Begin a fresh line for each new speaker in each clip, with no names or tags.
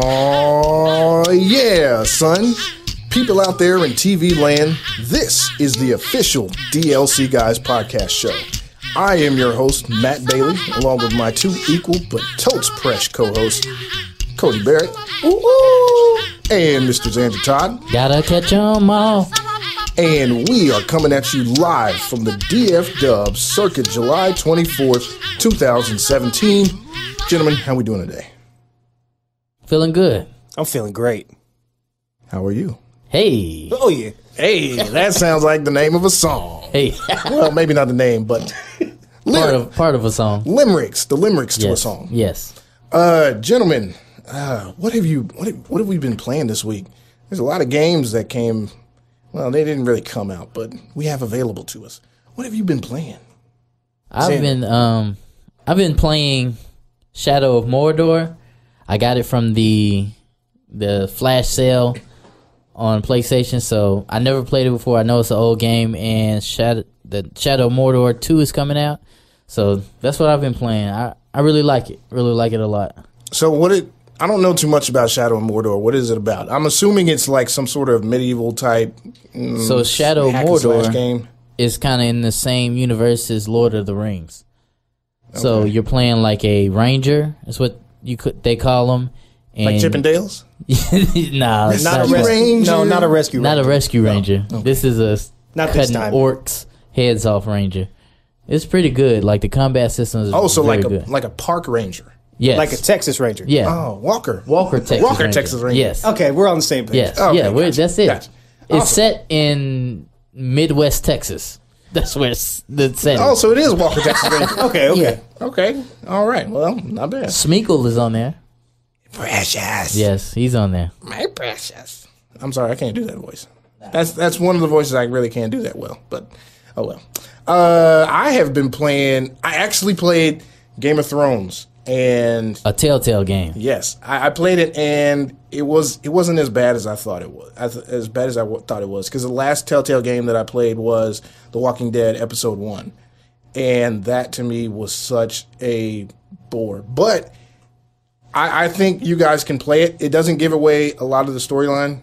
Oh, yeah, son. People out there in TV land, this is the official DLC Guys podcast show. I am your host, Matt Bailey, along with my two equal but totes fresh co hosts, Cody Barrett ooh, ooh, and Mr. Xander Todd.
Gotta catch 'em all.
And we are coming at you live from the DF Dub Circuit July 24th, 2017. Gentlemen, how we doing today?
Feeling good.
I'm feeling great.
How are you?
Hey.
Oh yeah.
Hey, that sounds like the name of a song.
Hey.
Well, maybe not the name, but
part
lyric,
of part of a song.
limericks, the limericks to a
Yes.
song.
Yes.
Uh, gentlemen, uh, what have you what have, what have we been playing this week? There's a lot of games that came. Well, they didn't really come out, but we have available to us. What have you been playing?
I've
Xander.
been um I've been playing Shadow of Mordor. I got it from the the flash sale on PlayStation, so I never played it before. I know it's an old game and Shadow the Shadow of Mordor 2 is coming out. So that's what I've been playing. I, I really like it. Really like it a lot.
So what it I don't know too much about Shadow of Mordor. What is it about? I'm assuming it's like some sort of medieval type
So Shadow of
Mm. hack and slash
Mordor
game.
is kind of in the same universe as Lord of the Rings. So you're playing like a ranger. That's what you could they call them. And
Like Chip and Dale's?
nah, it's
Not
not,
a rescue.
Ranger.
No, not a rescue.
not a
ranger.
rescue ranger. This is a s-
Not this
cutting
time.
orcs heads off ranger. It's pretty good. Like the combat system is
Oh, so
very
like a
good.
like a park ranger.
yes,
like a Texas Ranger.
yeah
Oh, Walker.
Walker Texas
Walker
Ranger.
Texas Ranger.
Yes,
Okay, we're on the same page.
yes,
Okay,
yeah. We're,
gotcha,
that's it.
gotcha.
It's
Awesome.
set in Midwest Texas. That's where it's the set.
Oh, so it is Walker Texas Ranger.
Okay. Okay.
Yeah.
okay. All right. Well, not bad.
Smeagol is on there.
Precious.
Yes, he's on there.
My precious. I'm sorry, I can't do that voice. That's that's one of the voices I really can't do that well. But oh well. Uh, I have been playing. I actually played Game of Thrones, and
A Telltale game.
yes, I, I played it, and it was it wasn't as bad as I thought it was. As, as bad as I w- thought it was, because the last Telltale game that I played was The Walking Dead Episode One, and that to me was such a bore. But I, I think you guys can play it. It doesn't give away a lot of the storyline.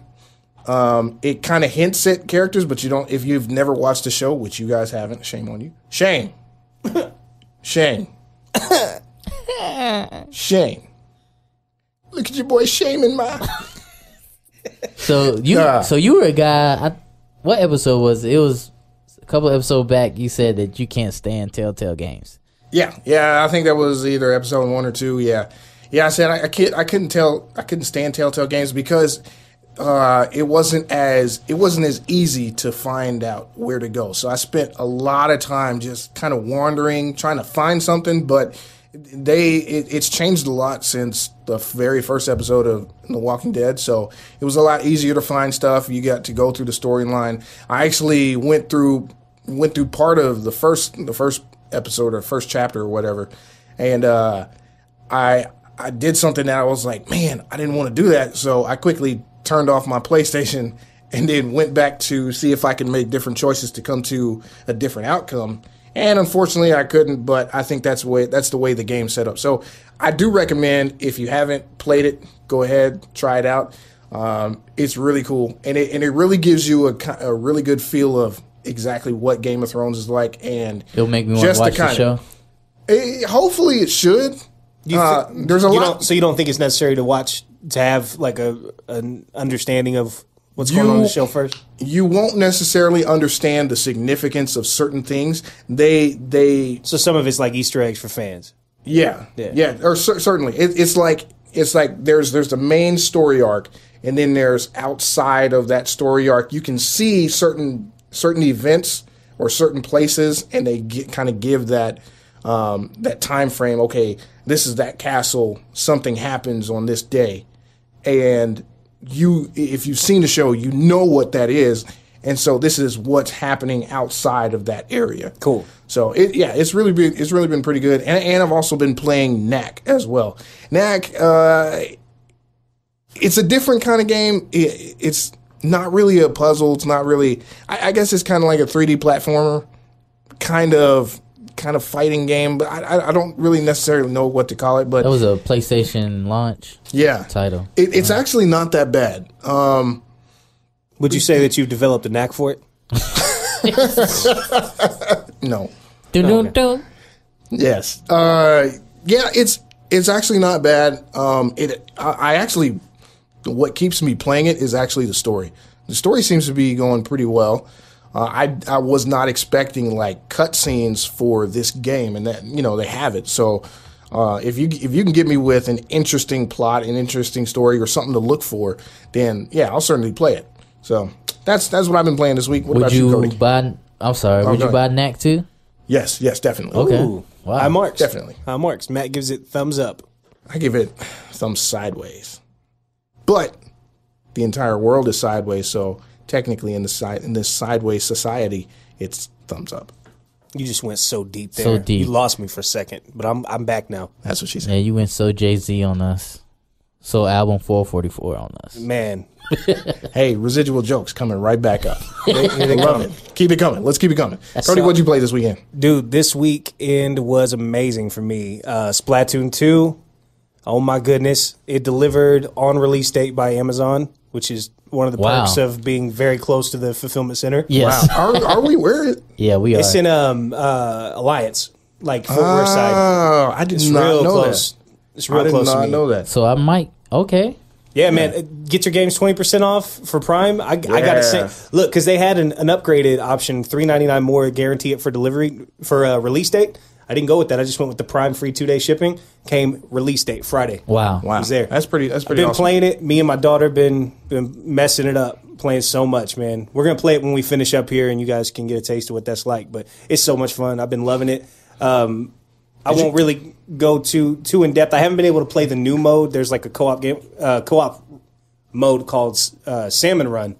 Um, it kind of hints at characters, but you don't. If you've never watched the show, which you guys haven't, shame on you. Shame. shame. shame. Look at your boy shaming my.
So you
Nah.
so you were a guy. I, what episode was it? It was a couple episodes back. You said that you can't stand Telltale games.
Yeah, yeah. I think that was either episode one or two. Yeah, yeah. I said I, I can't. I couldn't tell. I couldn't stand Telltale games because uh, it wasn't as it wasn't as easy to find out where to go. So I spent a lot of time just kind of wandering, trying to find something. But they it, it's changed a lot since the very first episode of The Walking Dead. So it was a lot easier to find stuff. You got to go through the storyline. I actually went through went through part of the first the first episode or first chapter or whatever, and uh, I I did something that I was like, man, I didn't want to do that, so I quickly turned off my PlayStation and then went back to see if I could make different choices to come to a different outcome. And unfortunately, I couldn't. But I think that's the way that's the way the game's set up. So I do recommend if you haven't played it, go ahead, try it out. Um, it's really cool, and it and it really gives you a ki- a really good feel of exactly what Game of Thrones is like, and
It'll make me want to watch the,
kinda-
show.
it- hopefully, it should. Uh, there's a
You
lot.
don't, so you don't think it's necessary to watch to have like a an understanding of what's going on in
You-
the show first?
you won't necessarily understand the significance of certain things. They they
So some of it's like Easter eggs for fans.
Yeah, yeah,
Yeah.
or cer- certainly it, it's like it's like there's there's the main story arc, and then there's outside of that story arc, you can see certain certain events or certain places, and they get, kind of give that um, that time frame. Okay, this is that castle. Something happens on this day, and you if you've seen the show, you know what that is. and so this is what's happening outside of that area.
Cool.
So it, yeah, it's really been it's really been pretty good, and, and I've also been playing Knack as well. Knack, uh, it's a different kind of game. It, it's not really a puzzle. It's not really. I, I guess it's kind of like a 3D platformer, kind of kind of fighting game. But I, I, I don't really necessarily know what to call it. But
That was a PlayStation launch
yeah,
title. Uh-huh.
it, it's actually not that bad. Um,
Would you say that you've developed a knack for it?
no.
Dun-dun-dun.
Yes. Uh, yeah, it's it's actually not bad. Um, it I, I actually what keeps me playing it is actually the story. The story seems to be going pretty well. Uh, I I was not expecting like cutscenes for this game, and that you know they have it. So uh, if you if you can get me with an interesting plot, an interesting story, or something to look for, then yeah, I'll certainly play it. So that's that's what I've been playing this week. What
Would
about you,
you
Cody?
buy? I'm sorry. would
go
you buy Knack too?
Yes, yes, definitely.
Okay.
Ooh,
Wow.
I marks
Definitely.
I marks. Matt gives it thumbs up.
I give it thumbs sideways. But the entire world is sideways, so technically in the side in this sideways society, it's thumbs up.
You just went so deep there.
So deep.
You lost me for a second, but I'm I'm back now.
That's what she said.
Yeah, you went so Jay Z on us. So album 444 on us.
Man,
Hey, residual jokes coming right back up. Love it. Keep it coming. Let's keep it coming. Cody,
so-
what'd you play this weekend?
dude, this weekend was amazing for me. Uh, Splatoon 2, oh my goodness. It delivered on release date by Amazon, which is one of the
Wow.
perks of being very close to the fulfillment center.
Yes.
Wow. Are, are we where? it-
Yeah, we are.
It's in um, uh, Alliance, like footwear side.
Oh, I did
It's
not
real
know
close. It's
that. I
real
did
close to
not
me.
know that.
so I might. Okay.
Yeah, man, uh, get your games twenty percent off for Prime. I, I gotta say,
Yeah.
look, because they had an, an upgraded option, three ninety nine more, guarantee it for delivery for uh, release date. I didn't go with that. I just went with the Prime free two day shipping. Came release date Friday.
Wow.
Wow,
He's there.
that's pretty. That's pretty
Been
awesome.
playing it. Me and my daughter been been messing it up, playing so much, man. We're gonna play it when we finish up here, and you guys can get a taste of what that's like. But it's so much fun. I've been loving it. Um, I won't really go too too in depth. I haven't been able to play the new mode. There's like a co op game, uh, co op mode called uh, Salmon Run,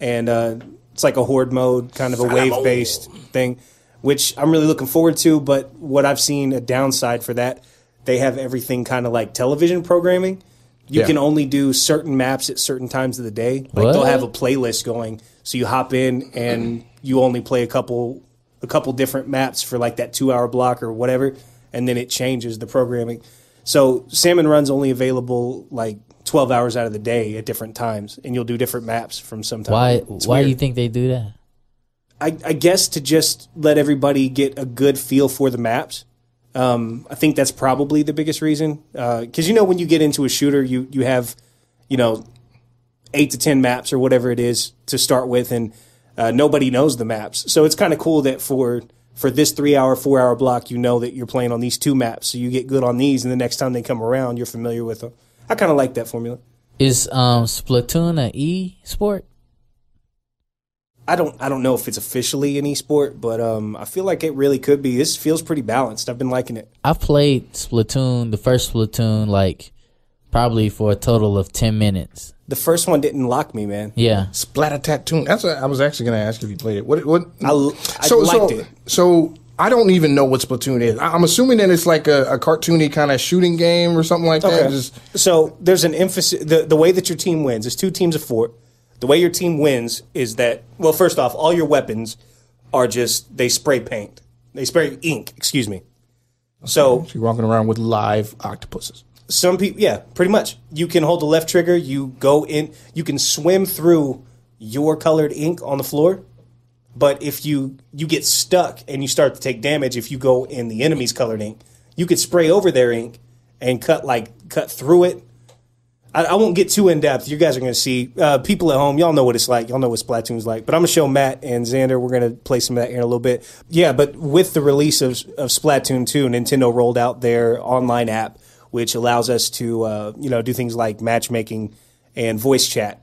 and uh, it's like a horde mode, kind of a wave based thing, which I'm really looking forward to. But what I've seen a downside for that, they have everything kind of like television programming. You
Yeah.
can only do certain maps at certain times of the day. Like they'll
What?
have a playlist going, so you hop in and you only play a couple a couple different maps for like that two hour block or whatever, and then it changes the programming. So Salmon Run's only available like twelve hours out of the day at different times, and you'll do different maps from sometimes.
Why? Why do you think they do that?
I, I guess to just let everybody get a good feel for the maps. Um, I think that's probably the biggest reason. Because you know, when you get into a shooter, you you have, you know, eight to ten maps or whatever it is to start with, and uh, nobody knows the maps. So it's kind of cool that for for this three hour, four hour block, you know that you're playing on these two maps, so you get good on these, and the next time they come around, you're familiar with them. I kind of like that formula.
Is um Splatoon an e sport?
I don't I don't know if it's officially an esport, but um, I feel like it really could be. This feels pretty balanced. I've been liking it.
I've played Splatoon, the first Splatoon, like probably for a total of ten minutes.
The first one didn't lock me, man.
Yeah.
Splatter tattoo. That's what I was actually going to ask if you played it. What? What?
I, l- I liked
so,
it.
So I don't even know what Splatoon is. I- I'm assuming that it's like a, a cartoony kind of shooting game or something like that. Just-
So there's an emphasis. The, the way that your team wins is two teams of four. The way your team wins is that well, first off, all your weapons are just they spray paint. They spray ink. Excuse me. So
you're walking around with live octopuses.
some people yeah pretty much you can hold the left trigger you go in you can swim through your colored ink on the floor but if you you get stuck and you start to take damage if you go in the enemy's colored ink you could spray over their ink and cut like cut through it i, I won't get too in-depth you guys are going to see uh, people at home y'all know what it's like y'all know what splatoon's like but i'm going to show matt and xander we're going to play some of that here in a little bit yeah but with the release of, of splatoon 2 nintendo rolled out their online app which allows us to uh, you know do things like matchmaking and voice chat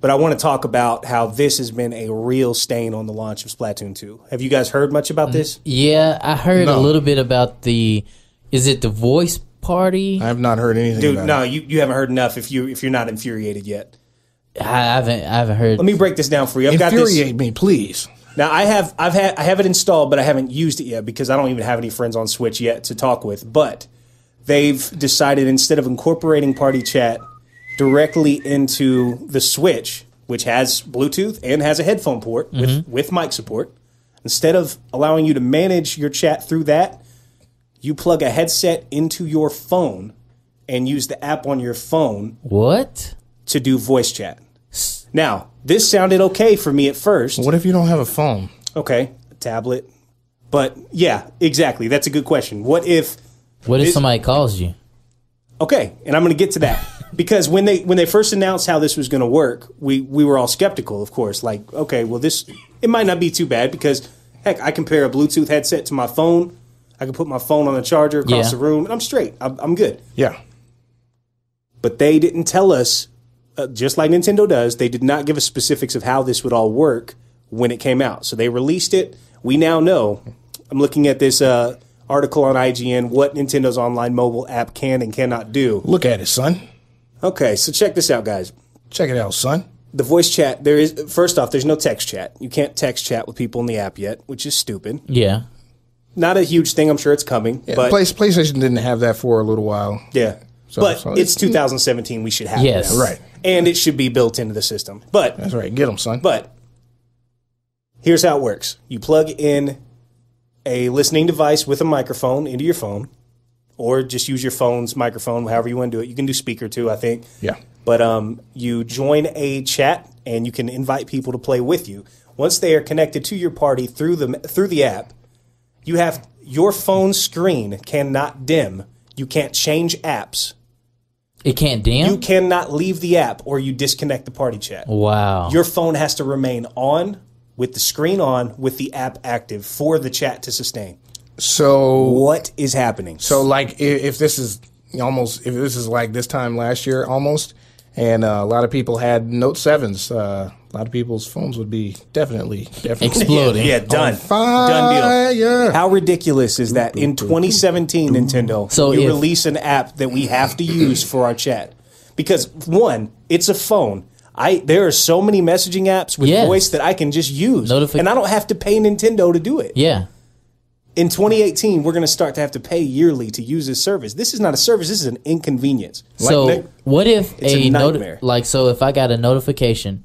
but I want to talk about how this has been a real stain on the launch of Splatoon 2. Have you guys heard much about this?
Yeah, I heard
No.
a little bit about the. Is it the voice party?
I have not heard anything.
Dude,
about
no,
it.
you, you haven't heard enough if you if you're not infuriated yet.
I haven't I haven't heard.
Let me break this down for you. I've got this.
Infuriate me, please.
Now I have I've had I have it installed, but I haven't used it yet because I don't even have any friends on Switch yet to talk with. But they've decided instead of incorporating party chat directly into the Switch, which has Bluetooth and has a headphone port with, with mic support, instead of allowing you to manage your chat through that, you plug a headset into your phone and use the app on your phone
What?
to do voice chat. Now, this sounded okay for me at first.
What if you don't have a phone?
Okay, a tablet. But yeah, exactly. That's a good question. What if
What if
It-
somebody calls you?
okay, and I'm going to get to that because when they when they first announced how this was going to work, we we were all skeptical, of course. Like, okay, well this it might not be too bad because heck, I compare a Bluetooth headset to my phone. I can put my phone on the charger across
Yeah.
the room, and I'm straight. I'm, I'm good.
Yeah.
but they didn't tell us, uh, just like Nintendo does, they did not give us specifics of how this would all work when it came out. So they released it. We now know. I'm looking at this uh, article on IGN what Nintendo's online mobile app can and cannot do.
Look at it, son.
Okay, so check this out, guys.
Check it out, son.
The voice chat, there is, first off, there's no text chat. You can't text chat with people in the app yet, which is stupid.
Yeah.
Not a huge thing. I'm sure it's coming.
Yeah,
but
Play- PlayStation didn't have that for a little while.
Yeah.
So-
but
so-
it's 2017. We should have it
Yes.
now.
Right.
And it should be built into the system. But
That's right. Get them, son.
But here's how it works you plug in a listening device with a microphone into your phone, or just use your phone's microphone, however you want to do it. You can do speaker too, I think.
yeah.
But um, you join a chat and you can invite people to play with you. Once they are connected to your party through the through the app, you have your phone screen cannot dim. You can't change apps.
It can't
You
damn.
cannot leave the app or you disconnect the party chat
wow.
your phone has to remain on with the screen on with the app active for the chat to sustain
So,
what is happening
so like, if, if this is almost, if this is like this time last year almost, and uh, a lot of people had Note 7s, uh, a lot of people's phones would be definitely, definitely.
Exploding.
yeah done done deal
Fire.
how ridiculous is that in 2017 nintendo
Mm-hmm. So
you
if-
release an app that we have to use for our chat because one it's a phone I there are so many messaging apps with
Yes.
voice that I can just use
Notifi-
and I don't have to pay Nintendo to do it.
Yeah.
In 2018, we're going to start to have to pay yearly to use this service. This is not a service, this is an inconvenience.
So
Nick-
what if
It's
a,
a
noti-
nightmare.
like so if I got a notification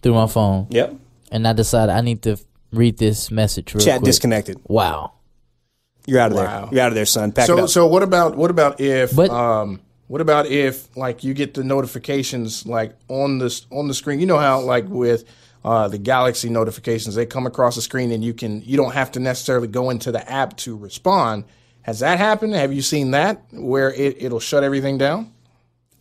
through my phone
Yep.
and I decide I need to f- read this message real
Chat
quick.
disconnected.
Wow.
You're out of
Wow.
there. You're out of there, son. Pack it
So
up.
so what about what about if
But-
um what about if like you get the notifications like on the s- on the screen? You know how like with uh, the Galaxy notifications they come across the screen and you can you don't have to necessarily go into the app to respond. Has that happened? Have you seen that where it, it'll shut everything down?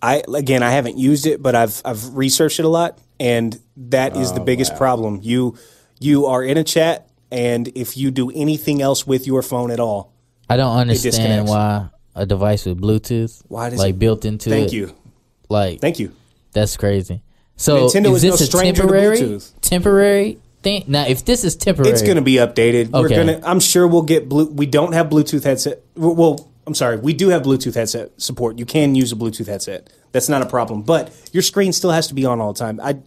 I again, I haven't used it, but I've I've researched it a lot, and that is the
Oh,
biggest problem. You you are in a chat, and if you do anything else with your phone at all,
I don't understand
disconnects.
why a device with Bluetooth
Why does
like
it-
built into
thank
it,
you,
like
thank you.
that's crazy. So
Nintendo
is
is no
this a
stranger to
temporary
Bluetooth.
temporary thing? Now if this is temporary
It's going to be updated. We're
Okay.
gonna. I'm sure we'll get blue. We don't have Bluetooth headset. w- Well, I'm sorry. We do have Bluetooth headset support. You can use a Bluetooth headset. That's not a problem. But your screen still has to be on all the time. I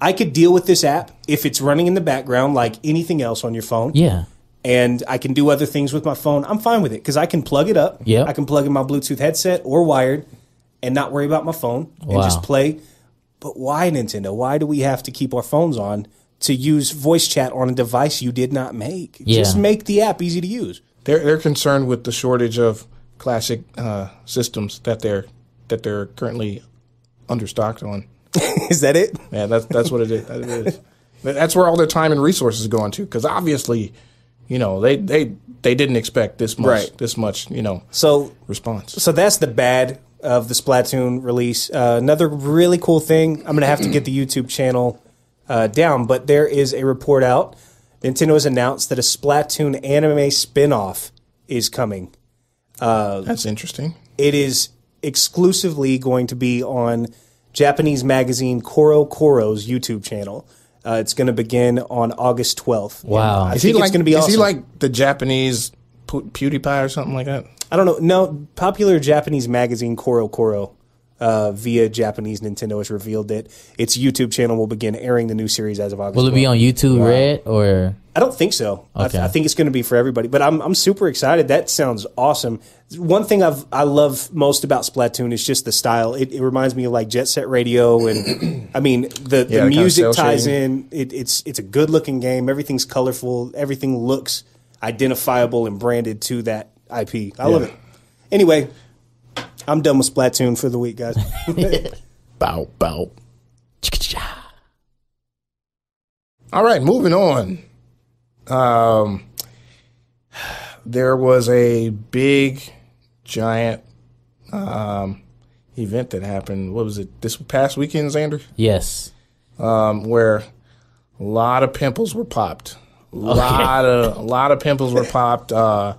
I could deal with this app if it's running in the background like anything else on your phone.
Yeah.
And I can do other things with my phone. I'm fine with it because I can plug it up.
Yep.
I can plug in my Bluetooth headset or wired, and not worry about my phone and
Wow.
just play. But why Nintendo? Why do we have to keep our phones on to use voice chat on a device you did not make? Just
Yeah.
make the app easy to use.
They're they're concerned with the shortage of classic uh, systems that they're that they're currently understocked on.
Is that it?
Yeah, that's that's what it is. That it is. That- That's where all their time and resources go into because obviously, you know, they they they didn't expect this much
Right.
this much you know
So
response.
so that's the bad of the Splatoon release. Uh, another really cool thing. I'm gonna have to get the YouTube channel uh, down, but there is a report out. Nintendo has announced that a Splatoon anime spin-off is coming.
That's interesting.
It is exclusively going to be on Japanese magazine Koro Koro's YouTube channel. Uh, it's going to begin on August 12th.
Wow.
I
Is
Is he
think
like
it's going to be
is
awesome.
he like the Japanese Pu- PewDiePie or something like that?
I don't know. No, popular Japanese magazine Koro Koro uh, via Japanese Nintendo has revealed that its YouTube channel will begin airing the new series as of August.
Will it be
12th.
on YouTube Red or
I don't think so. I, th-
Okay.
I think it's going to be for everybody, but I'm I'm super excited. That sounds awesome. One thing I've I love most about Splatoon is just the style. It, it reminds me of like Jet Set Radio, and I mean the,
Yeah,
the
kinda
music
cell
ties
shading.
in. It, it's it's a good looking game. Everything's colorful. Everything looks identifiable and branded to that IP. I love
Yeah.
it. Anyway, I'm done with Splatoon for the week, guys.
bow bow?
All right, moving on. Um, there was a big, giant um, event that happened. What was it? This past weekend, Xander,
Yes.
um, where a lot of pimples were popped. A lot of a lot of pimples were popped. Uh,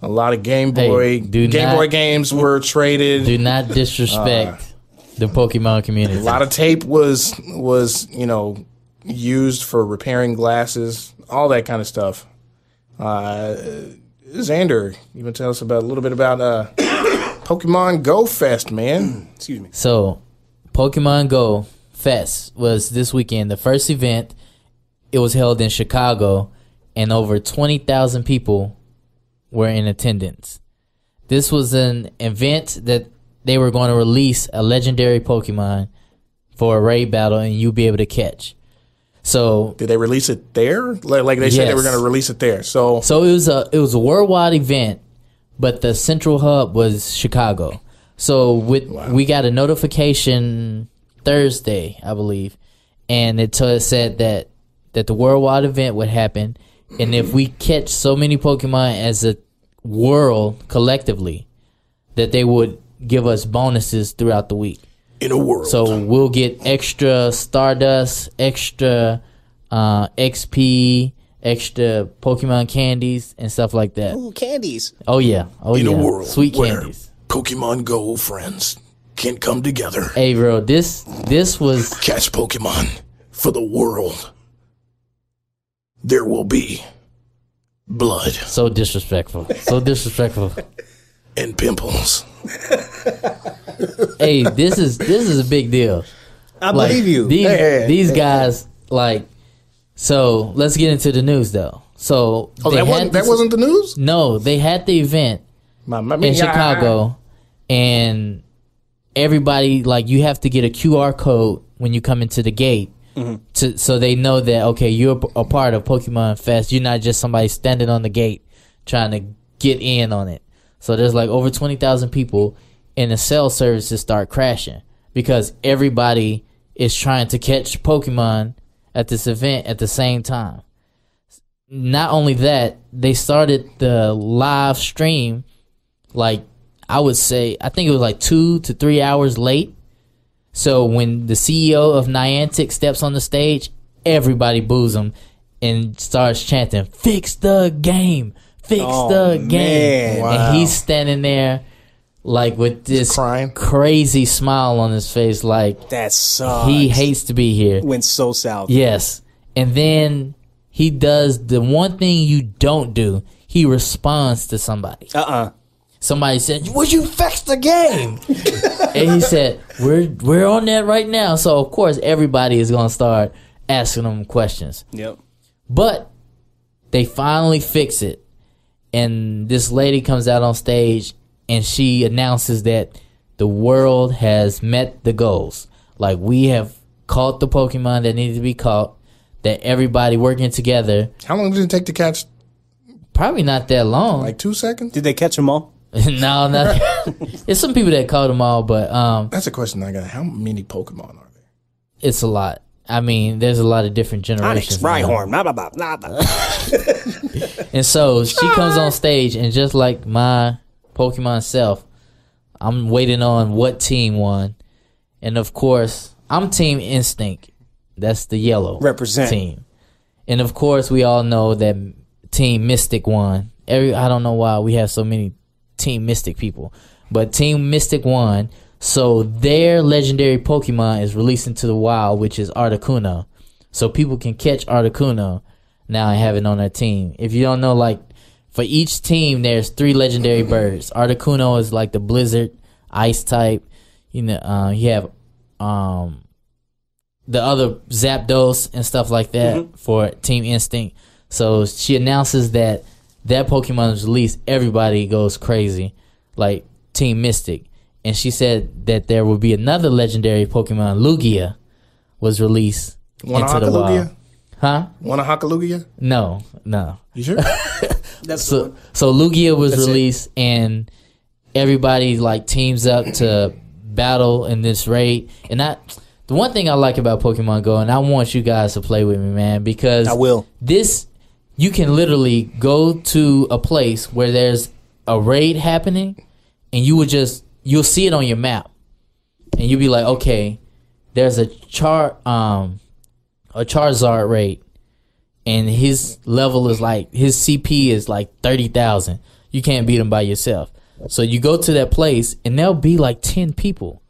a lot of Game
Hey,
Boy
do
Game
not-
Boy games were traded.
Do not disrespect
Uh.
the Pokemon community.
A lot of tape was was you know used for repairing glasses, all that kind of stuff. Uh, Xander, you want to tell us about a little bit about uh, Pokemon Go Fest, man?
Excuse me.
So, Pokemon Go Fest was this weekend. The first event, it was held in Chicago, and over 20,000 people were in attendance. This was an event that they were going to release a legendary Pokemon for a raid battle, and you'd be able to catch. So,
Did they release it there? Like, like they said they were
Yes.
going to release it there. So
So it was a it was a worldwide event, but the central hub was Chicago. So with we got a notification Thursday, I believe, and it, t- said that that the worldwide event would happen, and if we catch so many Pokemon as a world collectively, that they would give us bonuses throughout the week.
in a world,
So we'll get extra Stardust, extra uh, XP, extra Pokemon candies and stuff like that.
Ooh, candies.
Oh yeah, oh
in
yeah,
a world,
sweet
where
candies.
Pokemon Go friends can come together,
Hey bro, this this was
catch Pokemon for the world. There will be blood
so disrespectful, so disrespectful.
and pimples.
hey, this is this is a big deal.
I
Like,
believe you.
These,
Hey, hey,
these guys like. So let's get into the news though. So
Oh,
they
that
had
wasn't, that
this-
wasn't the news?
no, they had the event.
My, my,
in Chicago, and everybody like you have to get a QR code when you come into the gate, to so they know that okay you're a part of Pokemon Fest. You're not just somebody standing on the gate trying to get in on it. So there's like over twenty thousand people, and the cell services start crashing because everybody is trying to catch Pokemon at this event at the same time not only that, they started the live stream like I would say I think it was like two to three hours late. So when the CEO of Niantic steps on the stage, everybody boos him and starts chanting, Fix the game. Fix
Oh,
the game.
man. Wow.
And he's standing there like with this
crying.
crazy smile on his face, like
That sucks.
he hates to be here.
went so south.
Yes. And then he does the one thing you don't do. He responds to somebody.
Uh uh
Somebody said, "Would you fix the game?" and he said, "We're we're on that right now." So of course everybody is going to start asking him questions.
Yep.
But they finally fix it. And this lady comes out on stage and she announces that the world has met the goals. Like we have caught the Pokemon that needed to be caught, that everybody working together.
How long did it take to catch?
Probably not that long.
Like two seconds?
Did they catch them all?
no, not it's some people that caught them all, but um
That's a question I got. How many Pokemon are there?
it's a lot. I mean, there's a lot of different generations.
Onyx,
now.
Rhyhorn, blah blah blah blah blah.
And so she comes on stage, and just like my Pokemon self, I'm waiting on what team won. And of course, I'm Team Instinct. That's the yellow
Represent.
team. And of course, we all know that Team Mystic won. Every I don't know why we have so many Team Mystic people, but Team Mystic won. So their legendary Pokemon is released into the wild, which is Articuno. So people can catch Articuno now and have it on their team. If you don't know, like for each team, there's three legendary birds. Articuno is like the Blizzard Ice type. you know, uh, you have um, the other Zapdos and stuff like that for Team Instinct. So she announces that that Pokemon is released, everybody goes crazy, like Team Mystic. And she said that there will be another legendary Pokemon, Lugia, was released
One
into the
Hakalugia?
wild. Huh?
Want a Hakalugia?
No, no.
You sure?
That's the
So
one.
so Lugia was
That's it.
released and everybody like teams up to battle in this raid. And I the one thing I like about Pokemon Go and I want you guys to play with me, man, because
I will.
this you can literally go to a place where there's a raid happening and you would just you'll see it on your map. And you'll be like, "Okay, there's a char um a Charizard raid and his level is like his CP is like thirty thousand. You can't beat him by yourself. So you go to that place and there'll be like ten people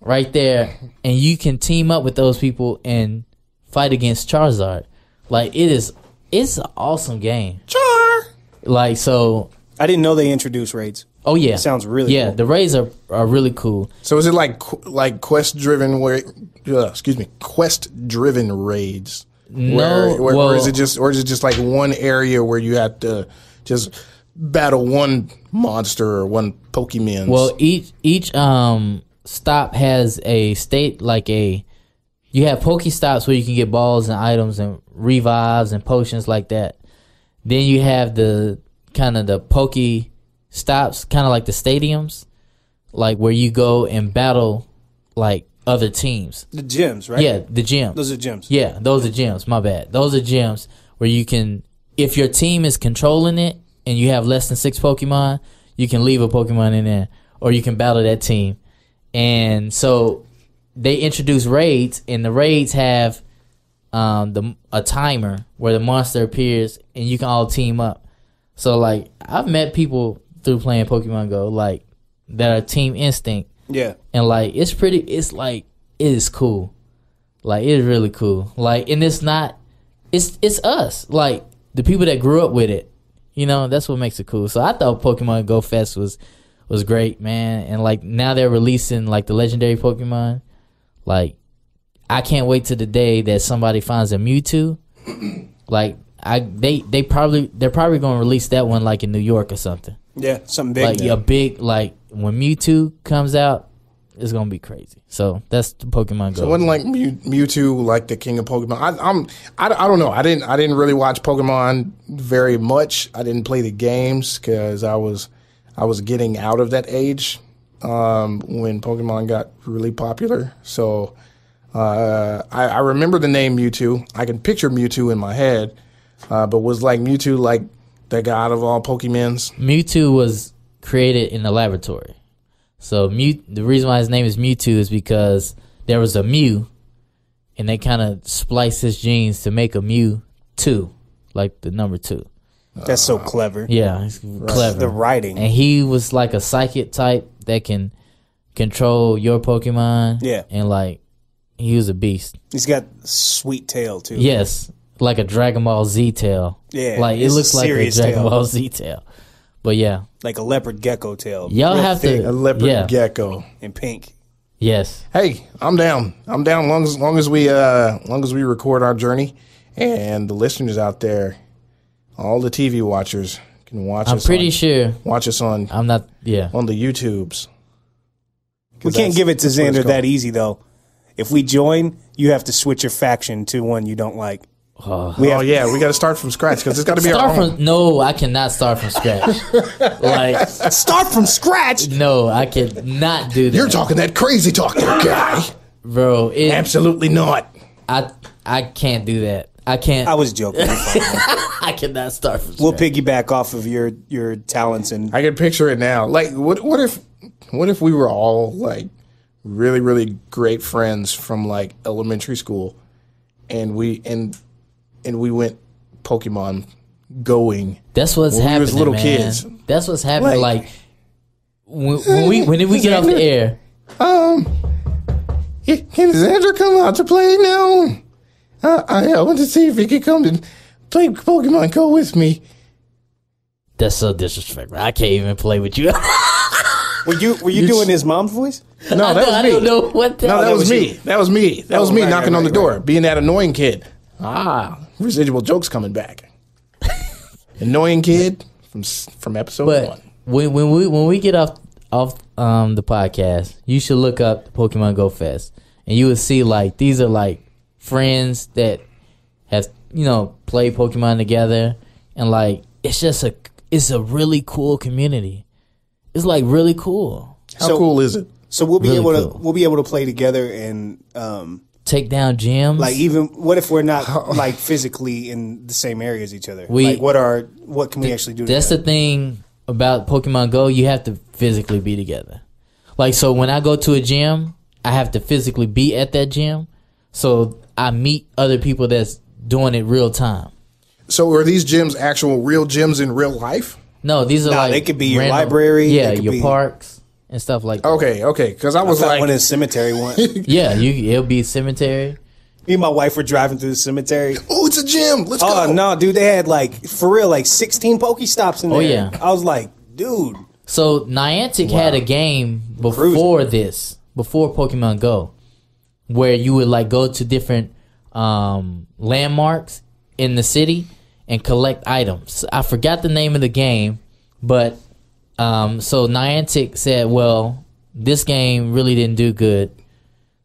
right there, and you can team up with those people and fight against Charizard. Like it is, it's an awesome game.
Char.
Like so,
I didn't know they introduced raids.
oh yeah,
Sounds really
yeah.
cool.
The raids are are really cool.
So is it like qu- like quest driven where uh, excuse me quest driven raids? No, where, where, or is
well-
it just or is it just like one area where you have to just battle one monster or one Pokemon?
Well, each each um stop has a state like a you have Pokestops where you can get balls and items and revives and potions like that. Then you have the kind of the Poke stops, kind of like the stadiums, like where you go and battle like other teams.
The gyms, right?
Yeah, the gym.
Those are gyms.
Yeah, those are gyms. My bad. Those are gyms where you can, if your team is controlling it and you have less than six Pokemon, you can leave a Pokemon in there, or you can battle that team. And so they introduce raids, and the raids have um, the a timer where the monster appears, and you can all team up. So like, I've met people through playing Pokemon Go, like that are Team Instinct
Yeah.
and like it's pretty it's like it is cool like it is really cool like and it's not it's it's us like the people that grew up with it you know that's what makes it cool so i thought pokemon go fest was was great man and like now they're releasing like the legendary pokemon like i can't wait to the day that somebody finds a mewtwo like i they they probably they're probably going to release that one like in new york or something
Yeah. Something big.
like a big like when Mewtwo comes out, it's gonna be crazy. So that's the Pokemon Go.
It wasn't like Mew, Mewtwo, like the king of Pokemon. I, I'm, I, I don't know. I didn't, I didn't really watch Pokemon very much. I didn't play the games because I was, I was getting out of that age um, when Pokemon got really popular. So uh, I, I remember the name Mewtwo. I can picture Mewtwo in my head, uh, but was like Mewtwo like the god of all Pokemons?
Mewtwo was created in the laboratory. So Mew, the reason why his name is Mewtwo is because there was a Mew, and they kind of spliced his genes to make a Mew two, like the number two.
That's so clever.
Yeah, it's
The
clever.
writing.
And he was like a psychic type that can control your Pokemon.
Yeah.
and like he was a beast.
He's got sweet tail too.
Yes, like a Dragon Ball Z tail.
Yeah,
like it
it's a
looks like a
serious
Dragon
tail.
Ball Z tail. But yeah,
Like a leopard gecko tail.
y'all
Real
have
thick
to.
A leopard
yeah.
gecko.
And pink.
Yes.
hey, I'm down. I'm down long as long as we uh long as we record our journey and the listeners out there, all the TV watchers can watch
I'm
us
pretty
on,
sure
watch us on
I'm not. Yeah.
on the YouTubes.
We can't
that's-
give it to
that's what it's
Xander that
called.
easy though. If we join, you have to switch your faction to one you don't like. we
Oh
have
yeah, we got to start from scratch because it's got to be our
Start
own.
from no. I cannot start from scratch. like
start from scratch.
no, I cannot do that,
You're talking that crazy talk, you guy.
bro. It,
Absolutely not.
I I can't do that. I can't.
I
I,
was joking. You're fine.
cannot start from.
we'll
scratch.
piggyback off of your your talents and
I can picture it now. Like what what if what if we were all like really really great friends from like elementary school and we and and we went Pokemon going
That's what's
When we
happening.
was little
man.
kids.
That's what's happening. Like,
Like-
when, when we when did we get off the air?
Can Um, can Xander come out to play now? Uh, I, I want to see if he can come to play Pokemon Go with me.
That's so disrespectful. I can't even play with you.
Were you were you,
You
doing
s-
his mom's voice?
No,
I,
that
don't, I
was
don't
me.
know what the
No, that was
Oh, was
me.
you.
That was me. That was
Oh,
me
right,
knocking
right,
on the
right,
door, being that annoying kid. Ah, residual jokes coming back. annoying kid from s- from episode
But
one.
when when we when we get off off um the podcast, you should look up Pokemon Go Fest, and you will see like these are like friends that have you know played Pokemon together, and like it's just a it's a really cool community. It's like really cool.
How
so-
cool is it?
So we'll be
Really
able to
cool.
we'll be able to play together and um
Take down gyms.
like even what if we're not like physically in the same area as each other?
We-
like what are what can we actually do?
That's
together?
the thing about Pokemon Go. You have to physically be together. Like so, when I go to a gym, I have to physically be at that gym. So I meet other people that's doing it real time.
So are these gyms actual real gyms in real life?
No, these are
Nah,
like
they could be your library,
yeah,
they could
your
be- Oh,
parks and stuff like that.
Okay, okay. Because I was
I
like,
went in a cemetery once. Me
Yeah, you it'll be cemetery.
and my wife were driving through the cemetery.
oh, it's a gym. Let's
Oh
go.
no, dude, they had like for real like sixteen Pokestops in there.
Oh, yeah.
I was like, dude,
So Niantic had a game before this, before Pokemon Go, where you would like go to different um, landmarks in the city and collect items. I forgot the name of the game, but um, so Niantic said, "Well, this game really didn't do good,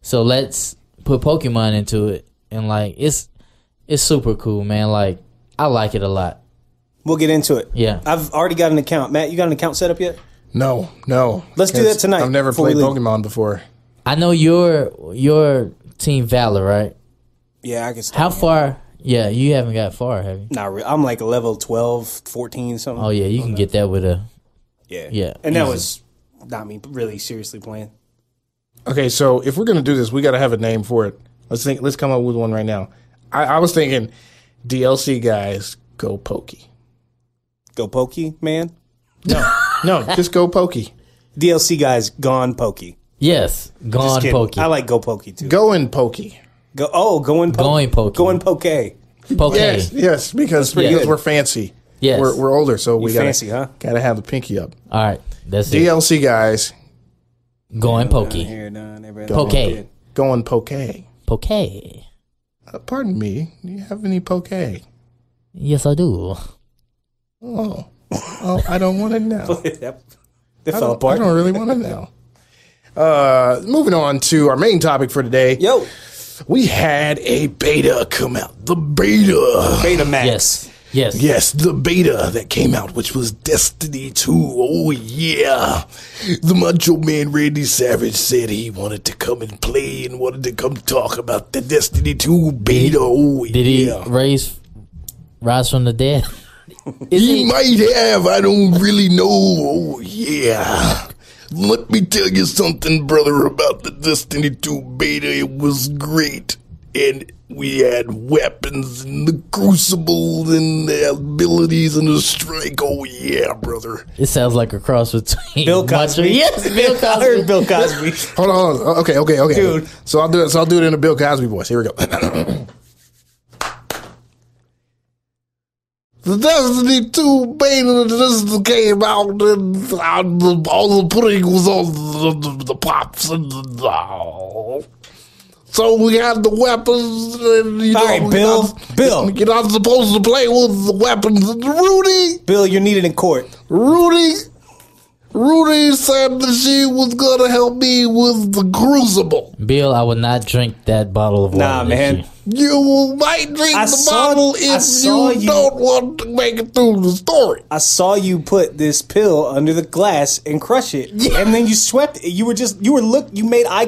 so let's put Pokemon into it." And like it's it's super cool, man. Like I like it a lot.
we'll get into it.
Yeah.
I've already got an account. Matt, you got an account set up yet?
No, no.
Let's do
'Cause
that tonight
I've never
before we
played
leave.
Pokemon before.
I know your your team Valor, right?
Yeah, I can. Start.
How far? Yeah, you haven't got far, have you?
Not real. I'm like level 12, 14, something.
Oh yeah, you can get that with a.
yeah,
yeah,
And that
easy.
was not me really seriously playing.
Okay, so if we're gonna do this, we gotta have a name for it. Let's think. Let's come up with one right now. I, I was thinking, DLC guys, go pokey.
Go Pokey, man.
No, no, just go pokey.
DLC guys, gone Pokey.
Yes,
Just
gone
kidding.
pokey,
I like Go Pokey too.
Go in pokey.
Go, oh, going po-
Going Pokey.
Going Pokey.
pokey.
Yes, yes, because
pretty
because
good.
we're fancy.
Yes.
we're, we're older, so we gotta,
fancy, huh?
Gotta have the pinky up.
All right, that's it.
DLC guys,
Going pokey,
Here, done, everything.
pokey,
go in pokey.
pokey.
Uh, pardon me. Do you have any pokey?
Yes, I do.
Oh, oh, I don't want to know.
Yep. They
I
fell
don't, I
apart.
don't really want to know. Uh, moving on to our main topic for today.
Yo,
We had a beta come out. The beta.
Beta Max.
Yes, yes,
Yes, the beta that came out, which was Destiny 2. Oh, yeah. The Macho Man Randy Savage said he wanted to come and play and wanted to come talk about the Destiny 2 beta. Oh,
Did he
yeah.
raise, rise from the dead? Is
He
he?
might have. I don't really know. Oh, yeah. Let me tell you something, brother, about the Destiny 2 beta. It was great. And we had weapons and the crucible and the abilities and the strike. Oh, yeah, brother.
It sounds like a cross between
Bill
Macho-
Cosby.
Yes, Bill
I
Cosby.
heard Bill Cosby.
Hold on. hold on. Okay, okay, okay.
Dude.
So I'll do it. So I'll do it in a Bill Cosby voice. Here we go. the Destiny 2 beta just came out and uh, the- all the pudding was on the, the, the pops and the, oh. So we had the weapons and you
All
know
right,
you're
Bill.
not-
Bill.
You're not supposed to play with the weapons. And Rudy
Bill, you're needed in court.
Rudy Rudy said that she was gonna help me with the crucible.
Bill, I would not drink that bottle of water.
Nah,
this
man.
year.
You might drink
I
the
saw-
bottle
I
if
saw
you,
you-
don't want to make it through the story.
I saw you put this pill under the glass and crush it, and then you swept it. You were just you were look. You made eye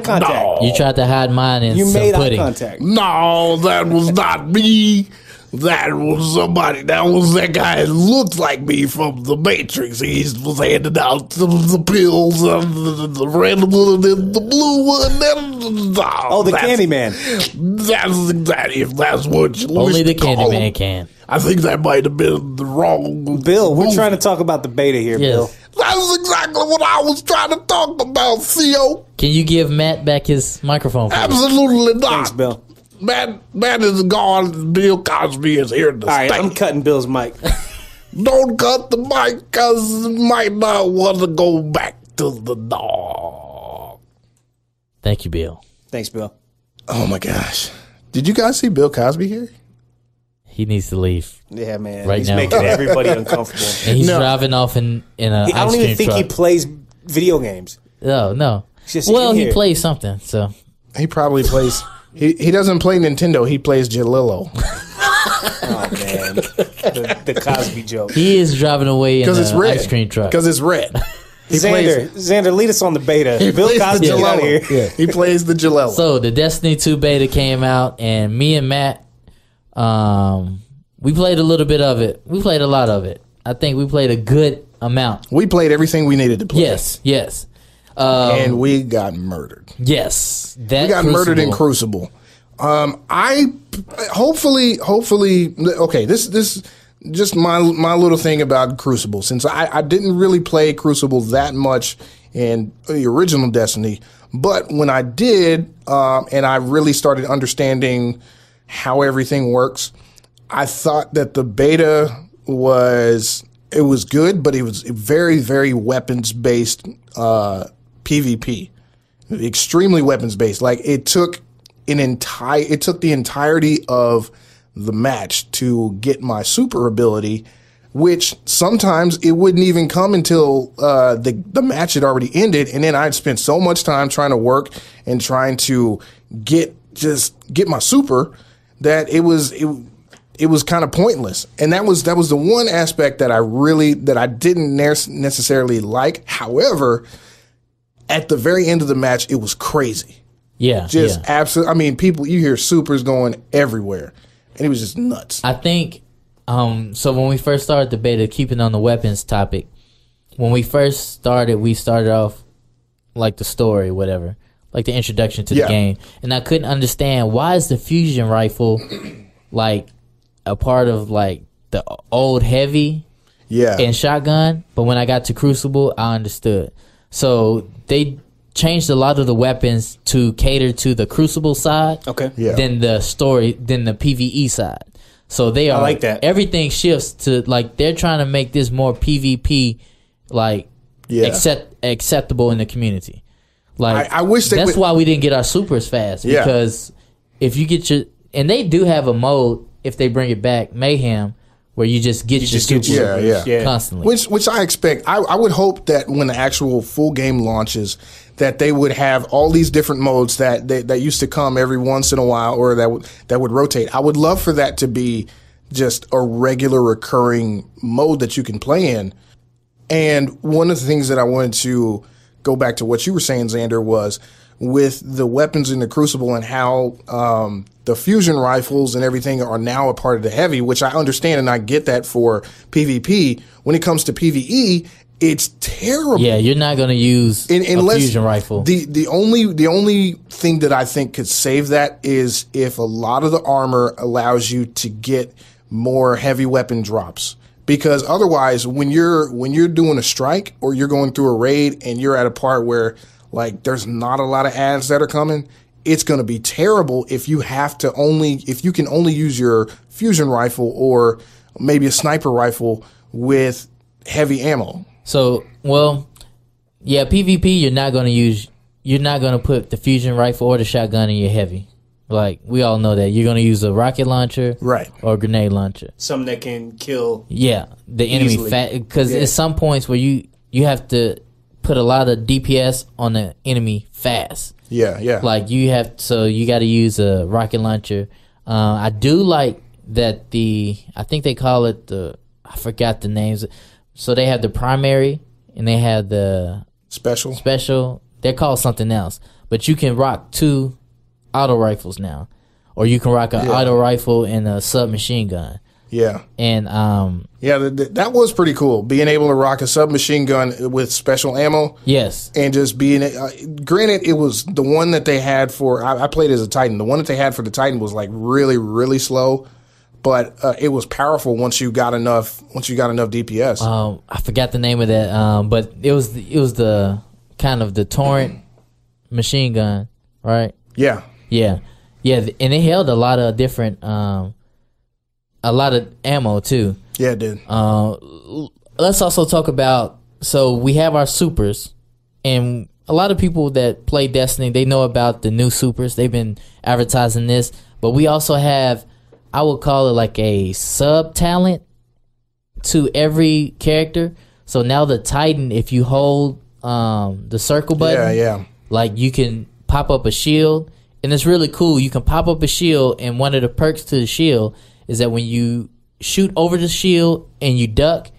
No.
contact.
You tried to hide mine in
You
some
made
pudding.
eye contact.
No, that was not me. That was somebody. That was that guy that looked like me from the Matrix. He was handing out the, the pills, uh, the, the, the red one, and the blue one. And,
Oh, the
that's-
Candyman.
That's exactly if that's what you
Only
wish
the
to call
Candyman
it.
can.
I think that might have been the wrong
Bill, we're
move.
trying to talk about the beta here,
Yes.
Bill.
That's exactly what I was trying to talk about, Co.
Can you give Matt back his microphone? please?
Absolutely not.
Thanks, Bill.
Matt, Matt is gone. Bill Cosby is here to
All right,
stay.
I'm cutting Bill's mic.
Don't cut the mic, cause you might not want to go back
to the dog. Thank you, Bill.
Thanks, Bill.
Oh my gosh. Did you guys see Bill Cosby here?
He needs to leave.
Yeah, man.
Right
He's
now.
making everybody uncomfortable.
And he's
No.
driving off in in a.
I
ice
don't
cream
even think
truck.
he plays video games.
No, no.
just
Well,
in
he
here.
plays something. So
He probably plays. he he doesn't play Nintendo. He plays Jalillo
Oh man, the, the Cosby joke.
he is driving away in
because it's
an
red.
ice cream truck.
Because it's red. He
Xander, Xander, lead us on the beta.
He
Bill
plays
Cosby,
the
get out of here.
Jalillo. Yeah, he plays the Jalillo.
So the Destiny 2 beta came out, and me and Matt, um, we played a little bit of it. We played a lot of it. I think we played a good amount.
we played everything we needed to play.
Yes, yes, uh,
and we got murdered.
yes. That
We got murdered in Crucible. Um, I hopefully, hopefully, okay. This this just my my little thing about Crucible since I, I didn't really play Crucible that much in the original Destiny, but when I did, um, and I really started understanding how everything works, I thought that the beta was it was good, but it was very very weapons based uh, PvP extremely weapons based. Like it took an entire it took the entirety of the match to get my super ability, which sometimes it wouldn't even come until uh, the the match had already ended, and then I'd spent so much time trying to work and trying to get just get my super that it was it it was kind of pointless. And that was that was the one aspect that I really that I didn't nes- necessarily like. However, at the very end of the match, it was crazy.
Yeah,
Just
yeah.
absolute. I mean, people you hear supers going everywhere, and it was just nuts.
I think um so when we first started the beta, keeping on the weapons topic, when we first started, we started off like the story, whatever. Like the introduction to the
Yeah.
game. And I couldn't understand why is the fusion rifle like a part of like the old heavy
yeah,
and shotgun, but when I got to Crucible, I understood. So they changed a lot of the weapons to cater to the Crucible side.
Okay.
Yeah.
Than the story, than the PVE side. So they are
like that.
Everything shifts to like they're trying to make this more PvP, like
Yeah.
accept acceptable in the community. Like
I- I wish they
that's
would-
why we didn't get our supers fast
Yeah.
because if you get your and they do have a mode if they bring it back mayhem where you just get your
just get
supers
yeah, yeah,
Yeah.
constantly.
Which which I expect. I, I would hope that when the actual full game launches, that they would have all these different modes that that, that used to come every once in a while, or that would that would rotate. I would love for that to be just a regular recurring mode that you can play in. And one of the things that I wanted to go back to what you were saying, Xander, was with the weapons in the Crucible and how um, the fusion rifles and everything are now a part of the heavy, which I understand and I get that for PvP. When it comes to PvE, it's terrible.
yeah, you're not gonna use
And-
a fusion rifle.
The the only the only thing that I think could save that is if a lot of the armor allows you to get more heavy weapon drops. Because otherwise, when you're when you're doing a strike or you're going through a raid and you're at a part where like there's not a lot of ads that are coming, it's going to be terrible if you have to only if you can only use your fusion rifle or maybe a sniper rifle with heavy ammo.
so well, yeah, PvP you're not gonna use you're not gonna put the fusion rifle or the shotgun in your heavy. Like we all know that. You're gonna use a rocket launcher
Right.
or a grenade launcher.
Something that can kill.
Yeah, the enemy
Easily.
fat because at some points where you you have to put a lot of DPS on the enemy fast.
Yeah, yeah.
Like you have so you got to use a rocket launcher. Uh, I do like that the I think they call it the I forgot the names. So they have the primary and they have the
special.
special. They're called something else, but you can rock two auto rifles now, or you can rock an auto rifle and a submachine gun.
Yeah.
And um,
Yeah, th- th- that was pretty cool. Being able to rock a submachine gun with special ammo
yes,
and just being. Uh, granted, it was the one that they had for. I, I played as a Titan. The one that they had for the Titan was like really, really slow, but uh, it was powerful once you got enough. Once you got enough DPS.
um, I forgot the name of that, um, but it was the, it was the kind of the torrent machine gun, right?
yeah,
Yeah, yeah, th- and it held a lot of different, um, a lot of ammo too. Uh-huh.
yeah, it did.
Uh, l- let's also talk about so we have our supers, and a lot of people that play Destiny, they know about the new supers. They've been advertising this, but we also have, I would call it like a sub talent to every character. So now the Titan, if you hold um, the circle button,
Yeah, yeah.
like you can pop up a shield, and it's really cool. You can pop up a shield, and one of the perks to the shield is that when you shoot over the shield and you duck,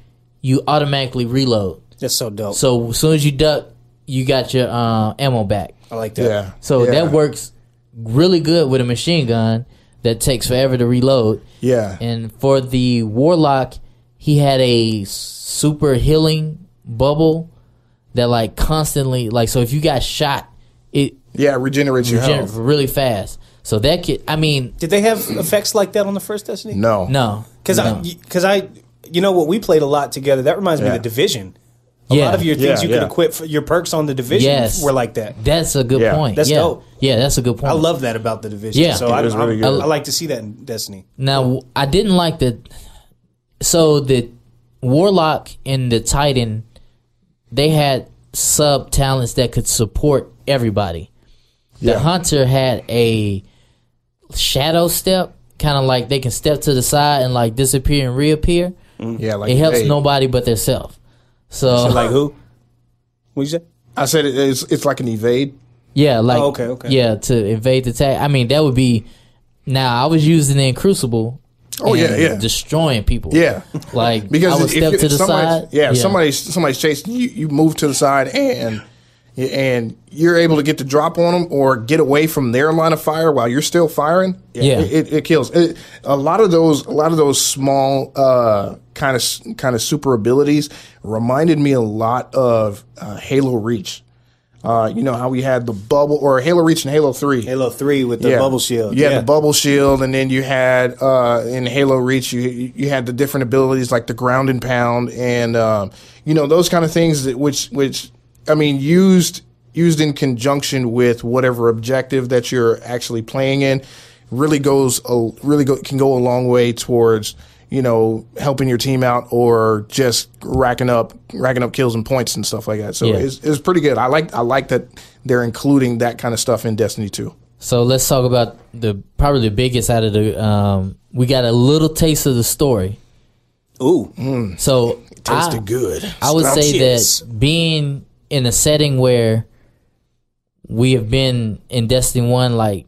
you automatically reload.
That's so dope.
So as soon as you duck, you got your uh, ammo back.
I like that.
Yeah.
So
yeah.
that works really good with a machine gun that takes forever to reload.
Yeah.
And for the warlock, he had a super healing bubble that like constantly like so if you got shot, it
yeah, regenerates your
regenerates
health.
really fast. So that could I mean
Did they have effects like that on the first Destiny?
No.
no
Because
no.
I, because I, you know what, we played a lot together. That reminds me
Yeah.
of the Division. A
yeah.
lot of your things
Yeah,
you
yeah.
could equip for your perks on the Division
Yes.
were like that.
that's a good
Yeah.
point.
That's
yeah.
dope.
Yeah, that's a good point.
I love that about the Division.
Oh. Yeah.
so
It
I,
was really
I,
good.
I like to see that in Destiny.
Now I didn't like the so the warlock and the titan they had sub talents that could support everybody. The
Yeah.
hunter had a shadow step, kind of like they can step to the side and like disappear and reappear.
Yeah, like
It helps
hey,
nobody but themselves.
So
So
like who? What you say?
I said it, it's it's like an evade.
yeah, like
Oh, okay, okay.
yeah to invade the tag. I mean that would be now I was using it in Crucible.
Oh, yeah,
and
yeah.
destroying people.
Yeah.
like
Because
I would
if- if
step
you-
to the
somebody's-
side.
Yeah, somebody's somebody's chasing you. You move to the side and and you're able to get the drop on them or get away from their line of fire while you're still firing.
Yeah.
it, it, it kills. It, a lot of those a lot of those small uh, kind of kind of super abilities reminded me a lot of uh, Halo Reach. Uh, you know how we had the bubble or Halo Reach and Halo Three.
Halo Three with the bubble shield.
You had the bubble shield, and then you had uh, in Halo Reach, you you had the different abilities like the ground and pound, and um, you know those kind of things. That, which which I mean used used in conjunction with whatever objective that you're actually playing in, really goes a, really go, can go a long way towards you know helping your team out or just racking up racking up kills and points and stuff like that. So
Yeah.
it's, it's pretty good. I like I like that they're including that kind of stuff in Destiny 2.
So let's talk about the probably the biggest out of the. Um, we got a little taste of the story.
Ooh,
So I,
tasted good.
I would say
Scrumptious.
that being in a setting where we have been in Destiny One, like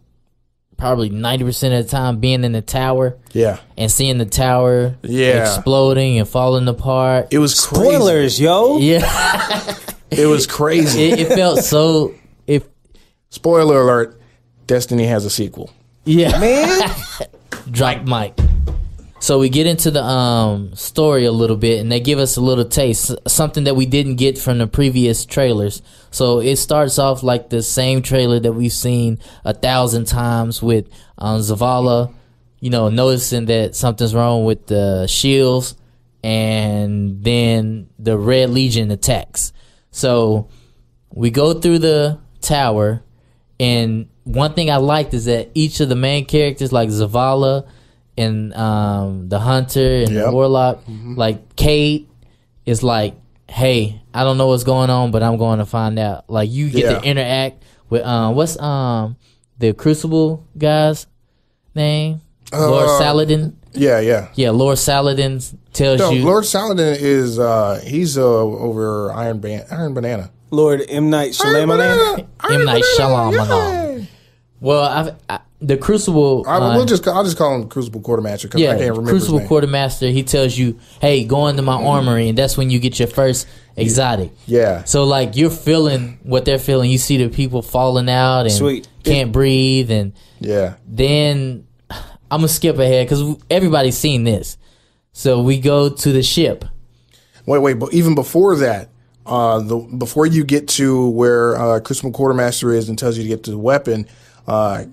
probably ninety percent of the time, being in the tower
Yeah,
and seeing the tower
Yeah.
exploding and falling apart.
it was crazy.
spoilers, yo.
yeah,
It was crazy.
it, it felt so. If
Spoiler alert: Destiny has a sequel.
yeah,
Man,
drop mic. So we get into the um, story a little bit, and they give us a little taste, s- something that we didn't get from the previous trailers. So it starts off like the same trailer that we've seen a thousand times with um, Zavala, you know, noticing that something's wrong with the shields, and then the Red Legion attacks. So we go through the tower and one thing i liked is that each of the main characters like zavala and um, the hunter and the
Yep. Mm-hmm.
warlock like kate is like hey i don't know what's going on but i'm going to find out like you get to
Yeah.
interact with um, what's um the crucible guy's name
Uh,
lord saladin
Yeah, yeah.
yeah lord saladin tells
No,
you
Lord Saladin is uh he's uh over Iron Ban- Iron Banana.
Lord M Night Shyamalan.
M. Night Shyamalan.
yeah.
well I've, I, the crucible
I,
uh,
we'll just I'll just call him Crucible Quartermaster because I
Yeah,
can't remember
Crucible
his name. Mm-hmm.
Quartermaster. He tells you, "Hey, go into my armory," and that's when you get your first exotic.
yeah,
So like you're feeling what they're feeling. You see the people falling out and
Sweet.
can't breathe, and
yeah,
then I'm gonna skip ahead because everybody's seen this. So we go to the ship.
Wait, wait, but even before that, uh, the before you get to where uh, Crucible Quartermaster is and tells you to get to the weapon, uh,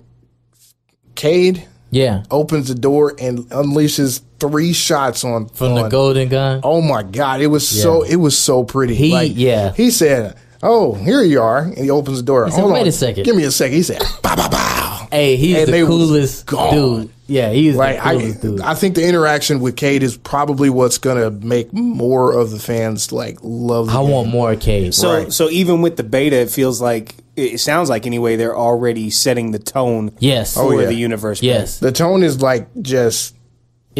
Cade
Yeah,
opens the door and unleashes three shots on
from the
on-
golden gun.
Oh my God! It was so it was so pretty.
He-
like,
yeah.
He said, "Oh, here you are," and he opens the door.
said,
Hold
"Wait
on.
a second."
Give me a second. He said, "Bow, bow, bow."
Hey, he's
And they
the
was
coolest
gone.
dude. Yeah, he's
Like
the coolest dude.
I, I think the interaction with Cade is probably what's gonna make more of the fans like love.
I
the
want more Cade.
So
Right.
so even with the beta, it feels like it it sounds like anyway they're already setting the tone
yes.
for
Oh, yeah.
the universe.
yes.
The tone is like just Uh,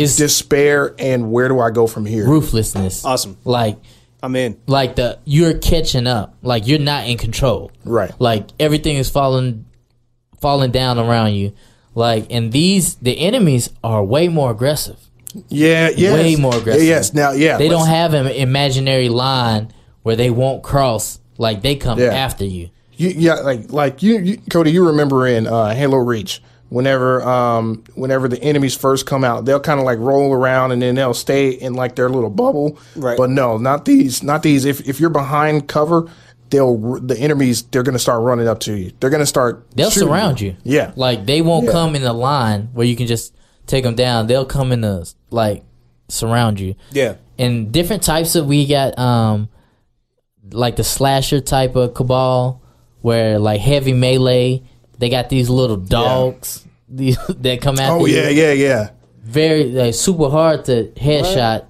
It's
despair and where do I go from here?
ruthlessness.
Awesome.
Like
I'm in.
like the you're catching up. Like you're not in control.
Right.
Like everything is falling falling down around you. Like and these the enemies are way more aggressive.
Yeah, yes.
Way more aggressive.
Yes, now yeah.
They don't
let's-
have an imaginary line where they won't cross. Like they come
Yeah.
after you.
you, yeah, like like you, you Cody, you remember in uh, Halo Reach whenever um whenever the enemies first come out, they'll kind of like roll around and then they'll stay in like their little bubble.
Right.
But no, not these, not these. If if you're behind cover, they'll r- the enemies they're going to start running up to you. They're going to start
They'll
shooting
surround you.
Yeah.
Like they won't come in a line where you can just take them down. They'll come in a like surround you.
Yeah.
And different types of we got um like the slasher type of cabal where like heavy melee, they got these little dogs these, that come after
Oh
you.
yeah, yeah, yeah.
Very like super hard to headshot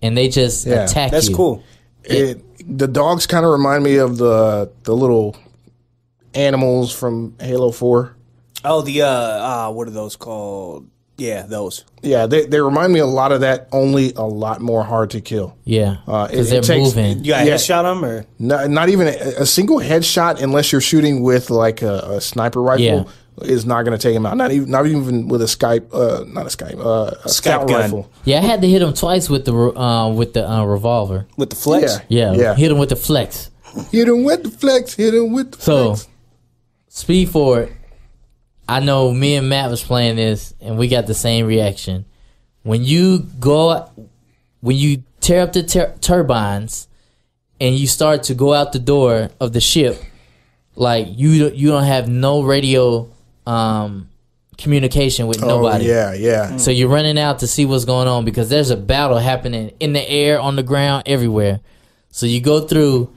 and they just
Yeah.
attack
That's
you.
cool.
It the dogs kind of remind me of the the little animals from Halo Four.
Oh, the uh, uh what are those called? Yeah, those.
Yeah, they, they remind me a lot of that, only a lot more hard to kill.
Yeah.
Uh, it-
Because
it
they're
takes-
moving.
You got
Yeah.
headshot them or
Not, not even a, a single headshot, unless you're shooting with like a, a sniper rifle,
Yeah.
is not going to take him out. Not even not even with a Skype, uh, not a Skype, uh, a scout
gun.
rifle.
Yeah, I had to hit them twice with the re- uh, with the uh, revolver.
with the flex?
Yeah,
Yeah,
yeah.
hit him with the flex.
Hit him with the flex. Hit him with the
So,
flex.
Speed Forward, I know me and Matt was playing this, and we got the same reaction. When you go, when you tear up the tur- turbines, and you start to go out the door of the ship, like you you don't have no radio um, communication with nobody.
Oh yeah, yeah.
So you're running out to see what's going on because there's a battle happening in the air, on the ground, everywhere. So you go through,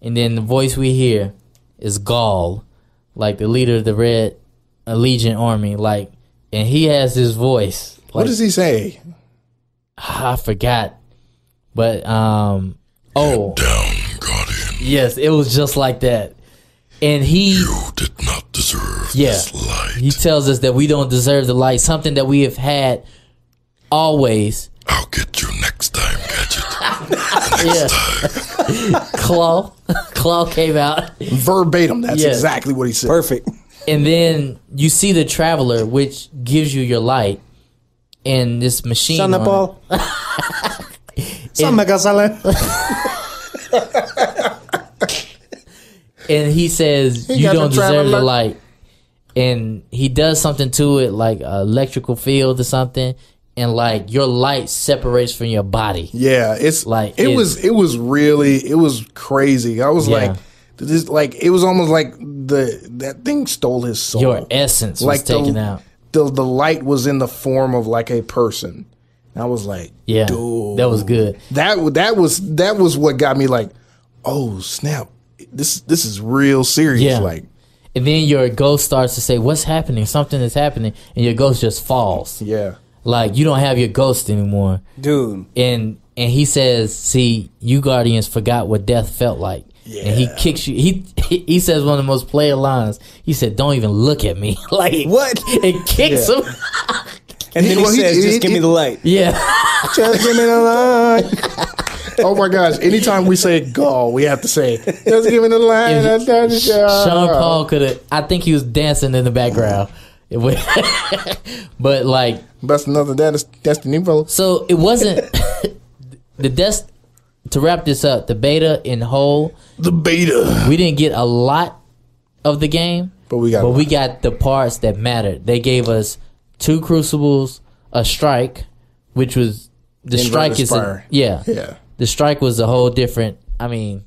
and then the voice we hear is Gaul, like the leader of the Red uh, Legion Army, like, and he has this voice. Like,
what does he say?
I forgot, but um, oh,
down, Guardian.
yes, it was just like that, and he.
You did not deserve
Yeah.
this light.
He tells us that we don't deserve the light, something that we have had always.
I'll get you next time, Gadget.
Yeah. Claw. Claw came out.
Verbatim. That's
Yeah.
exactly what he said.
Perfect.
And then you see the traveler, which gives you your light, and this machine.
Shut up,
on it.
Paul. Some mega salad.
And he says,
He
You
got
don't
the
deserve the
traveler.
light. And he does something to it, like a electrical field or something, and like your light separates from your body.
Yeah, it's
Like,
like it
it-
was it was really it was crazy. I was
Yeah.
like this like it was almost like the that thing stole his soul.
Your essence was
like
taken
the,
out.
The the light was in the form of like a person. And I was like,
Yeah.
dude.
That was good.
That w- that was that was what got me like, oh snap, this this is real serious.
Yeah.
Like
And then your ghost starts to say, What's happening? Something is happening. And your ghost just falls.
yeah,
Like you don't have your ghost anymore.
Dude.
and and he says, "See, you guardians forgot what death felt like." And he kicks you. He he says one of the most player lines. He said, "Don't even look at me." like
What?
It kicks
Yeah.
him.
And then he
Well, he-
says,
he-
just give me
he-
the light.
yeah.
Just give me the light.
oh my gosh! Anytime we say "gall," we have to say just give me the line. that's-
If-
that's-
Sean Paul could have. I think he was dancing in the background. It wa- but like,
That's another that's that's the new fellow.
so it wasn't the death. To wrap this up, the beta in whole,
The beta,
we didn't get a lot of the game.
but we got
But we got the parts that mattered. They gave us two crucibles, a strike, which was the
Inverted
strike is a-
spire.
yeah.
yeah.
The strike was a whole different. I mean,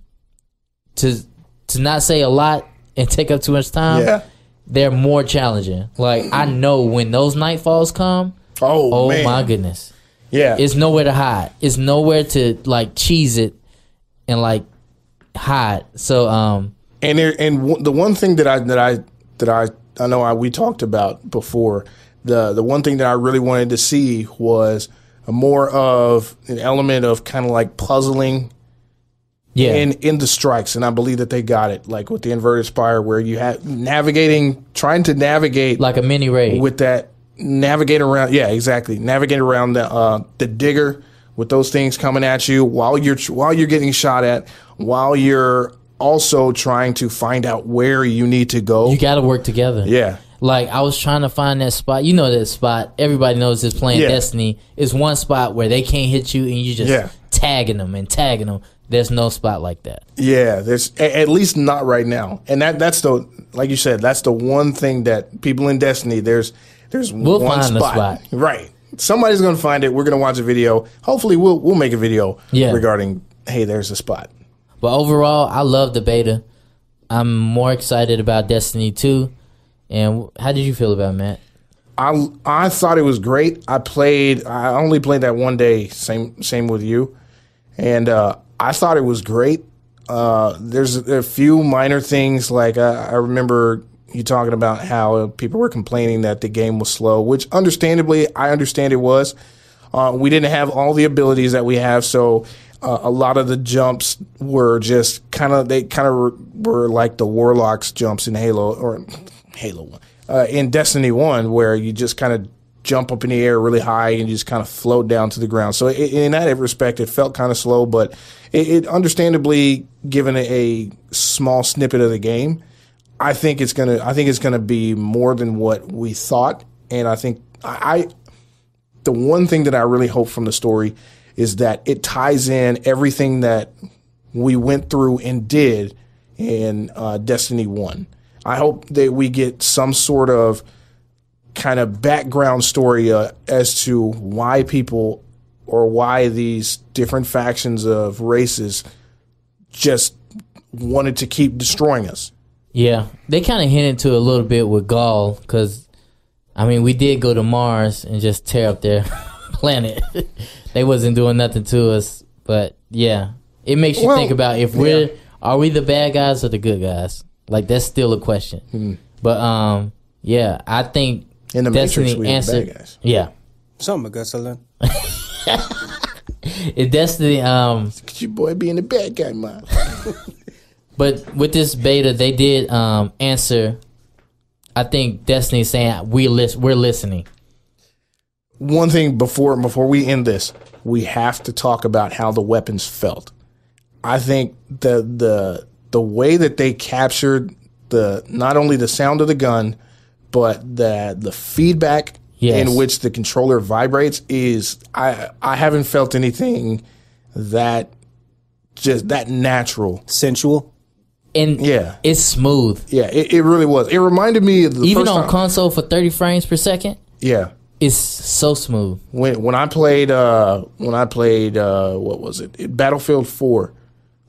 to to not say a lot and take up too much time.
Yeah.
They're more challenging. Like I know when those nightfalls come.
Oh,
Oh
man.
my goodness!
Yeah.
It's nowhere to hide. It's nowhere to like cheese it and like hide. So um
and there, and w- the one thing that I that I that I I know I we talked about before. The the one thing that I really wanted to see was a more of an element of kind of like puzzling
Yeah.
in in the strikes, and I believe that they got it. Like with the inverted spire, where you have navigating, trying to navigate
like a mini raid.
with that navigate around yeah exactly navigate around the uh the digger with those things coming at you while you're while you're getting shot at while you're also trying to find out where you need to go
you got to work together.
yeah
Like I was trying to find that spot. You know that spot. Everybody knows this playing
Yeah.
Destiny. It's one spot where they can't hit you, and you just
Yeah.
tagging them and tagging them. There's no spot like that.
yeah there's a- at least not right now and that that's the like you said that's the one thing that people in destiny there's there's
We'll
one
find the
spot.
spot.
right somebody's gonna find it we're gonna watch a video hopefully we'll we'll make a video
Yeah.
regarding hey there's a spot
But overall, I love the beta. I'm more excited about Destiny 2. And wh- how did you feel about it, Matt?
I I thought it was great. I played. I only played that one day. Same same with you, and uh, I thought it was great. Uh, there's a few minor things like uh, I, I remember you talking about how people were complaining that the game was slow, which understandably I understand it was. Uh, we didn't have all the abilities that we have, so uh, a lot of the jumps were just kind of they kind of were like the warlocks jumps in Halo or Halo One uh, in Destiny One, where you just kind of jump up in the air really high and just kind of float down to the ground. So i in that respect, it felt kind of slow, but it, it understandably given a, a small snippet of the game. I think it's gonna. I think it's gonna be more than what we thought, and I think I, I the one thing that I really hope from the story is that it ties in everything that we went through and did in uh, Destiny 1. I hope that we get some sort of kind of background story uh, as to why people or why these different factions of races just wanted to keep destroying us.
Yeah, they kind of hinted to a little bit with Gaul because, I mean, we did go to Mars and just tear up their planet. they wasn't doing nothing to us, but yeah, it makes you
Well,
think about if we're are we the bad guys or the good guys? Like that's still a question. But um, yeah, I think
In Hmm. the
Destiny
Matrix, we were the
answered.
bad guys.
Yeah,
Something I got to learn.
it Destiny um
Could you boy being the bad guy, man?
But with this beta, they did um, answer. I think Destiny saying we lis- we're listening.
one thing before before we end this, we have to talk about how the weapons felt. I think the the the way that they captured the not only the sound of the gun, but the the feedback
Yes.
in which the controller vibrates is I I haven't felt anything that just that natural.
Sensual.
And
Yeah.
it's smooth.
Yeah, it, it really was. It reminded me of the
Even
first
on
time-
console for 30 frames per second,
yeah.
it's so smooth.
when when I played uh, when I played uh, what was it? It- Battlefield Four,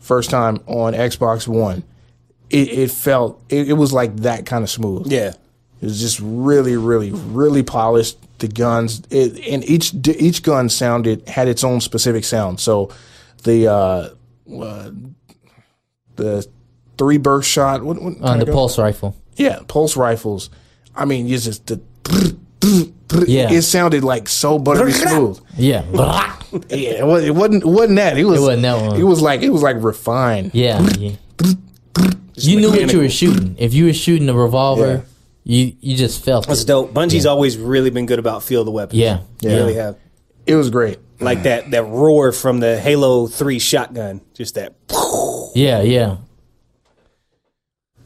first time on Xbox One, it, it felt it, it was like that kind of smooth.
Yeah.
It was just really, really, really polished. The guns, it, and each each gun sounded had its own specific sound. So, the uh, uh, the three burst shot, what, what
On
kinda
the
gun?
pulse rifle.
Yeah, pulse rifles. I mean, it's just the.
Yeah.
It sounded like so buttery smooth.
Yeah.
Yeah, it, was, it wasn't. It wasn't that. It was. It
wasn't that one.
It was like. It was like refined.
yeah. yeah. You knew what you were shooting. If you were shooting a revolver, you you just felt
That's
it.
dope. Bungie's always really been good about feel the weapons.
Yeah.
They really have.
It was great.
Like that that roar from the Halo 3 shotgun. Just that.
Yeah, yeah.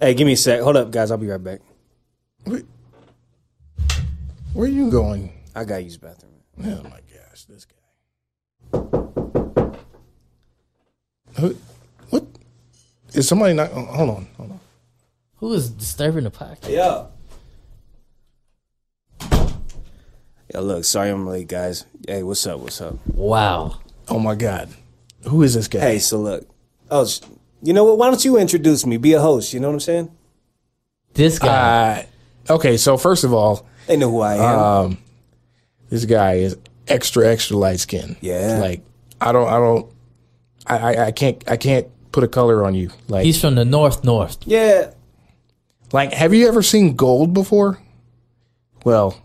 Hey, give me a sec. Hold up, guys. I'll be right back.
Where are you going?
I got to use the bathroom.
Oh my gosh, this guy. Who? What? Is somebody not? oh, Hold on. Hold on.
Who is disturbing the podcast?
Yeah. Yo, look. Sorry I'm late, guys. Hey, what's up? What's up?
Wow.
Oh my God. Who is this guy?
Hey, so look. Oh, sh- you know what? Why don't you introduce me? Be a host. You know what I'm saying?
This guy.
Uh, okay. So first of all,
They know who I am.
Uh, this guy is extra extra light skinned.
Yeah.
Like I don't. I don't. I, I. I can't. I can't put a color on you. Like
he's from the north north.
yeah.
Like, have you ever seen gold before? Well,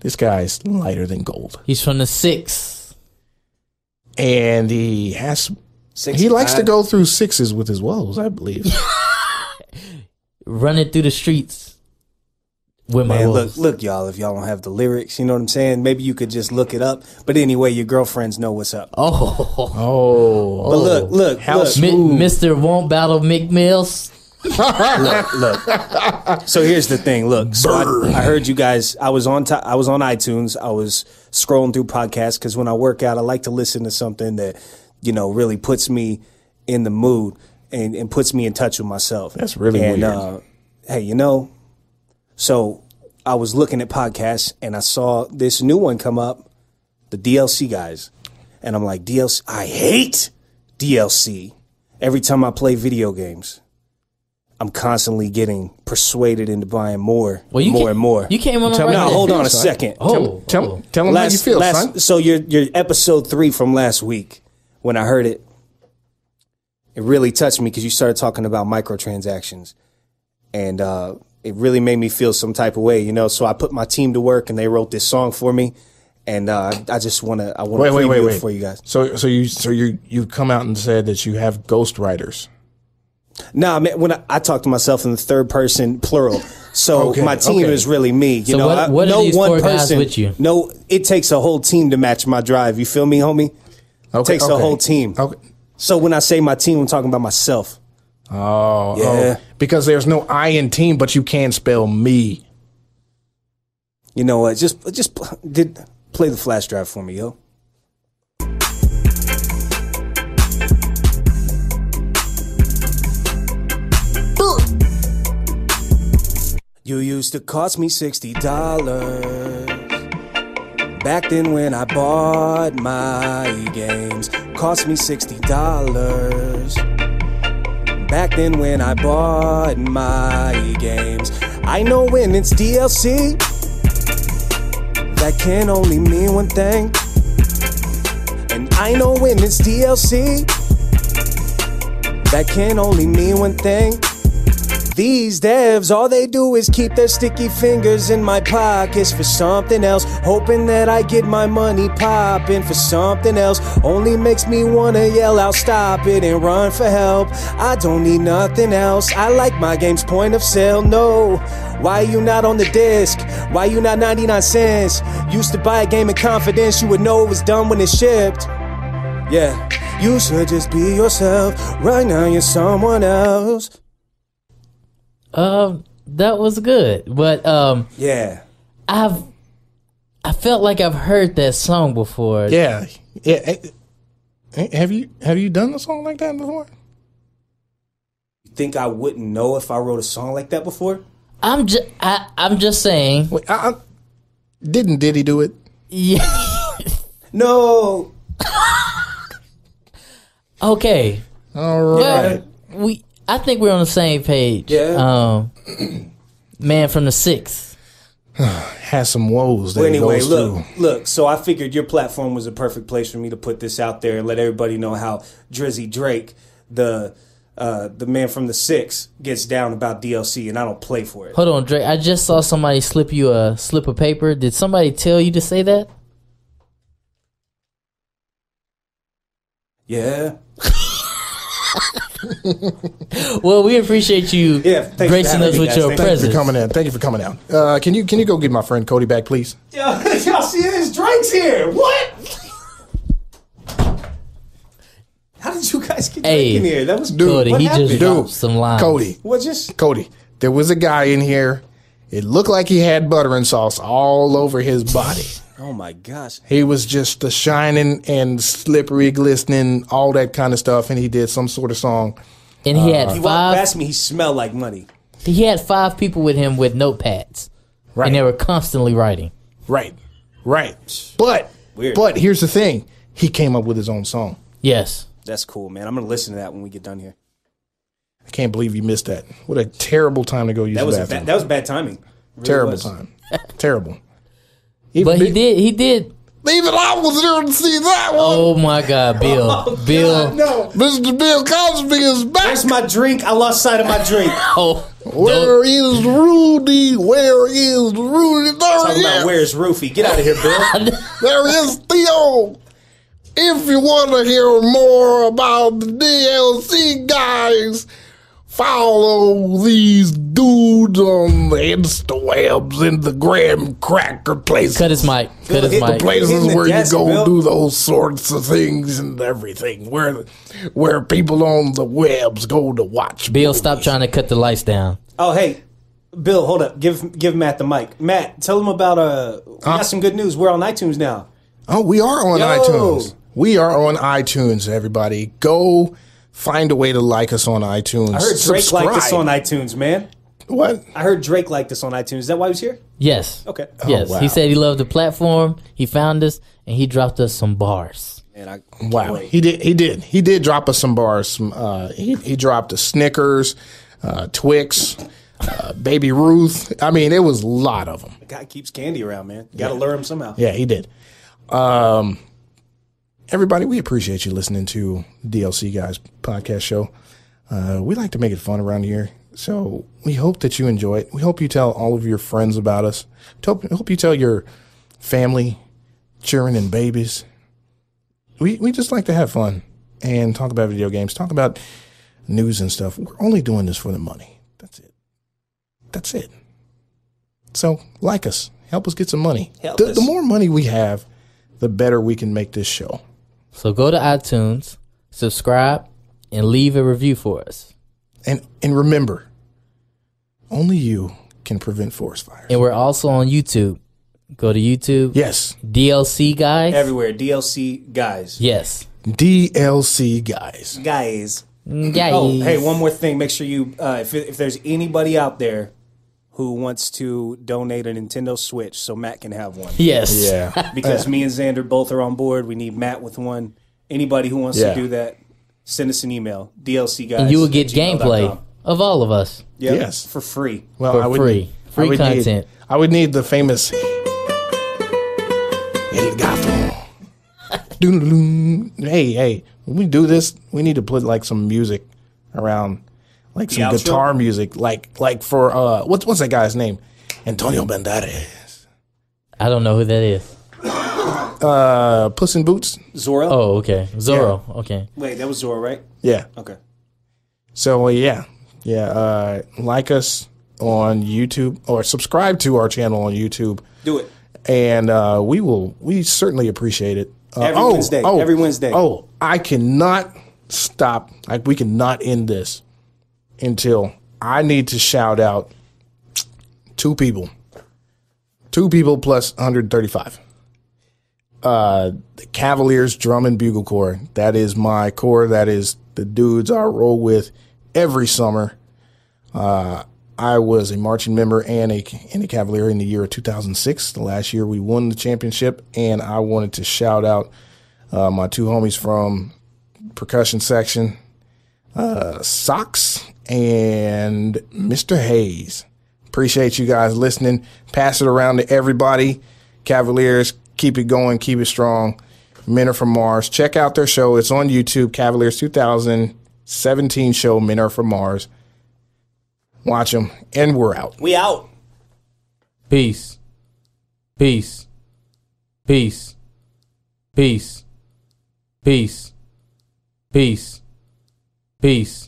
this guy's lighter than gold,
He's from the six.
and he has
Six
he likes to
nine.
go through sixes with his woes, I believe.
Running through the streets with my
Man,
wolves.
look, look, y'all. If y'all don't have the lyrics, you know what I'm saying. Maybe you could just look it up. But anyway, your girlfriends know what's up.
Oh,
oh,
But look, look,
How
look,
sm-
Mi-
Ooh.
Mr. Won't Battle McMills.
look, look. So here's the thing. Look, so I, I heard you guys. I was on. T- I was on iTunes. I was scrolling through podcasts because when I work out, I like to listen to something that you know really puts me in the mood and, and puts me in touch with myself.
That's really
and,
weird.
Uh, hey, you know, so I was looking at podcasts and I saw this new one come up, the DLC guys, and I'm like, DLC. I hate DLC. Every time I play video games. I'm constantly getting persuaded into buying more, more
ca-
and more.
You came on the
Tell me
right
how
now,
day.
hold on a
son.
second.
Oh,
tell,
oh.
tell him how you feel,
last,
son.
So your your episode three from last week, when I heard it, it really touched me because you started talking about microtransactions, and uh, it really made me feel some type of way, you know. So I put my team to work, and they wrote this song for me, and uh, I just want to I want
Wait,
to
wait,
preview
wait,
it
wait.
for you guys.
So, so you, so you, you've come out and said that you have ghostwriters.
Nah, man, when I, I talk to myself in the third person plural, so
Okay,
my team
okay.
is really me. You
So
know,
what-
I-
what are
no
these
one
four guys
person
with you?
No, it takes a whole team to match my drive. You feel me, homie?
Okay,
Takes the
okay.
whole team.
Okay.
So when I say my team, I'm talking about myself.
Oh,
Yeah.
oh, because there's no I in team, but you can spell me.
You know what? Just just pl- did play the flash drive for me, yo. You used to cost me sixty dollars back then when I bought my games. Cost me sixty dollars. back then when I bought my games. I know when it's DLC, that can only mean one thing. And I know when it's DLC, that can only mean one thing. These devs, all they do is keep their sticky fingers in my pockets for something else, hoping that I get my money popping for something else. Only makes me wanna yell out, stop it, and run for help. I don't need nothing else. I like my game's point of sale, no. Why you not on the disc? Why you not 99 cents? Used to buy a game in confidence, you would know it was done when it shipped. Yeah, you should just be yourself. Right now, you're someone else.
Um, that was good, but um,
Yeah.
I've I felt like I've heard that song before.
Yeah, yeah. eh, eh, Have you have you done a song like that before?
think I wouldn't know if I wrote a song like that before?
I'm just I, I'm just saying.
Wait, I, I, didn't Diddy do it?
Yeah.
No.
Okay.
All right.
Well, we I think we're on the same page.
Yeah.
Um, man from the sixth.
Has some woes. That
But
he
anyway,
goes
look,
through.
look. So I figured your platform was a perfect place for me to put this out there and let everybody know how Drizzy Drake, the uh, the man from the six, gets down about DLC, and I don't play for it.
Hold on, Drake. I just saw somebody slip you a slip of paper. Did somebody tell you to say that?
Yeah.
Well, we appreciate you
Yeah, thanks for
gracing
having
us
me,
with
Thank
your
guys. Thank you
you for
presence.
coming in. Thank you for coming out. Uh, can you can you go get my friend Cody back, please?
Yo, y'all see this? Drake's here. What? How did you guys get Drake
Hey,
in here? That was
dude,
Cody,
What
he
happened?
just dropped some lines.
Cody,
What just?
Cody. There was a guy in here. It looked like he had butter and sauce all over his body.
Oh my gosh.
He was just the shining and slippery, glistening, all that kind of stuff, and he did some sort of song.
and he had
Uh-huh. He walked
five.
past me. He smelled like money.
He had five people with him with notepads,
Right,
and they were constantly writing.
right, right. But
Weird.
but here's the thing: he came up with his own song.
Yes.
That's cool, man. I'm gonna listen to that when we get done here.
I can't believe you missed that. What a terrible time to go use
That was
the
a
bathroom.
ba- that was bad timing. Really
terrible
was.
time. terrible. Even
But he
be-
did. He did.
Even I was there to see that one.
Oh my God, Bill. Bill.
God, no.
Mr. Bill Cosby is back.
Where's my drink? I lost sight of my drink.
Oh,
Where is Rudy? Where is Rudy? There
Talking
he
about
is.
where's Rufy? Get out of here, Bill.
There is Theo. If you want to hear more about the DLC guys, follow these dudes on the Instawebs and the Graham Cracker places.
Cut his mic. Cut his
Hit the
mic.
play- Hitting
Places
the
where you
desk,
go
Bill.
do those sorts of things and everything, where where people on the webs go to watch.
Bill, stop trying to cut the lights down.
oh, hey, Bill, hold up. Give give Matt the mic. Matt, tell him about uh. We got some good news. We're on iTunes now.
Oh, we are on
Yo.
iTunes. We are on iTunes, everybody. Go find a way to like us on iTunes.
I heard Drake liked us on iTunes, man.
What?
I heard Drake liked us on iTunes. Is that why he was here?
Yes.
Okay. Oh,
Yes.
wow.
He said he loved the platform. He found us and he dropped us some bars.
Man, I
Wow. He did he did. He did drop us some bars. Some uh he, he dropped a Snickers, uh Twix, uh, Baby Ruth. I mean, it was a lot of them.
God keeps candy around, man. Got to lure him somehow.
Yeah, he did. Um, everybody, we appreciate you listening to DLC Guys podcast show. Uh, we like to make it fun around here, so we hope that you enjoy it. We hope you tell all of your friends about us. Hope, hope you tell your family, children, and babies. We we just like to have fun and talk about video games, talk about news and stuff. We're only doing this for the money. That's it. That's it. So like us, help us get some money.
Help
the,
us.
the more money we have, the better we can make this show.
So go to iTunes, subscribe, and leave a review for us.
And and remember, only you can prevent forest fires.
And we're also on YouTube. Go to YouTube.
Yes,
DLC guys.
Everywhere. DLC guys.
yes.
DLC guys.
Guys.
Yeah.
Oh, hey, one more thing. Make sure you, uh, if, if there's anybody out there who wants to donate a Nintendo Switch so Matt can have one,
Yes.
Yeah,
because me and Xander both are on board, we need Matt with one. Anybody who wants
Yeah.
to do that, send us an email. DLC guys.
And you will get
at gmail dot
gameplay
com.
of all of us.
Yep,
Yes.
For free.
well,
For free. Free
need-
content.
I would need the famous El Gato. Doodle-doo. hey, hey, when we do this, we need to put like some music around, like some
outro?
guitar music, like like for uh, what's what's that guy's name? Antonio Banderas,
I don't know who that is.
uh, Puss in Boots.
Zora?
Oh, okay. Zorro. Okay.
Wait, that was Zora, right?
Yeah,
Okay.
So uh, yeah, yeah. Uh, like us on YouTube or subscribe to our channel on YouTube,
Do it.
and uh, we will. We certainly appreciate it. Uh,
Every Wednesday, every Wednesday.
Oh, I cannot stop. Like we cannot end this until I need to shout out two people, two people plus 135. Uh, the Cavaliers Drum and Bugle Corps. That is my corps. That is the dudes I roll with every summer. I was a marching member and a and a Cavalier in the year of 2006. The last year we won the championship, and I wanted to shout out uh, my two homies from percussion section, uh, Socks and Mr. Hayes. Appreciate you guys listening. Pass it around to everybody. Cavaliers, keep it going, keep it strong. Men are from Mars. Check out their show. It's on YouTube. Cavaliers 2017 show. Men are from Mars. Watch them, and we're out.
We out.
Peace. Peace. Peace. Peace. Peace. Peace. Peace.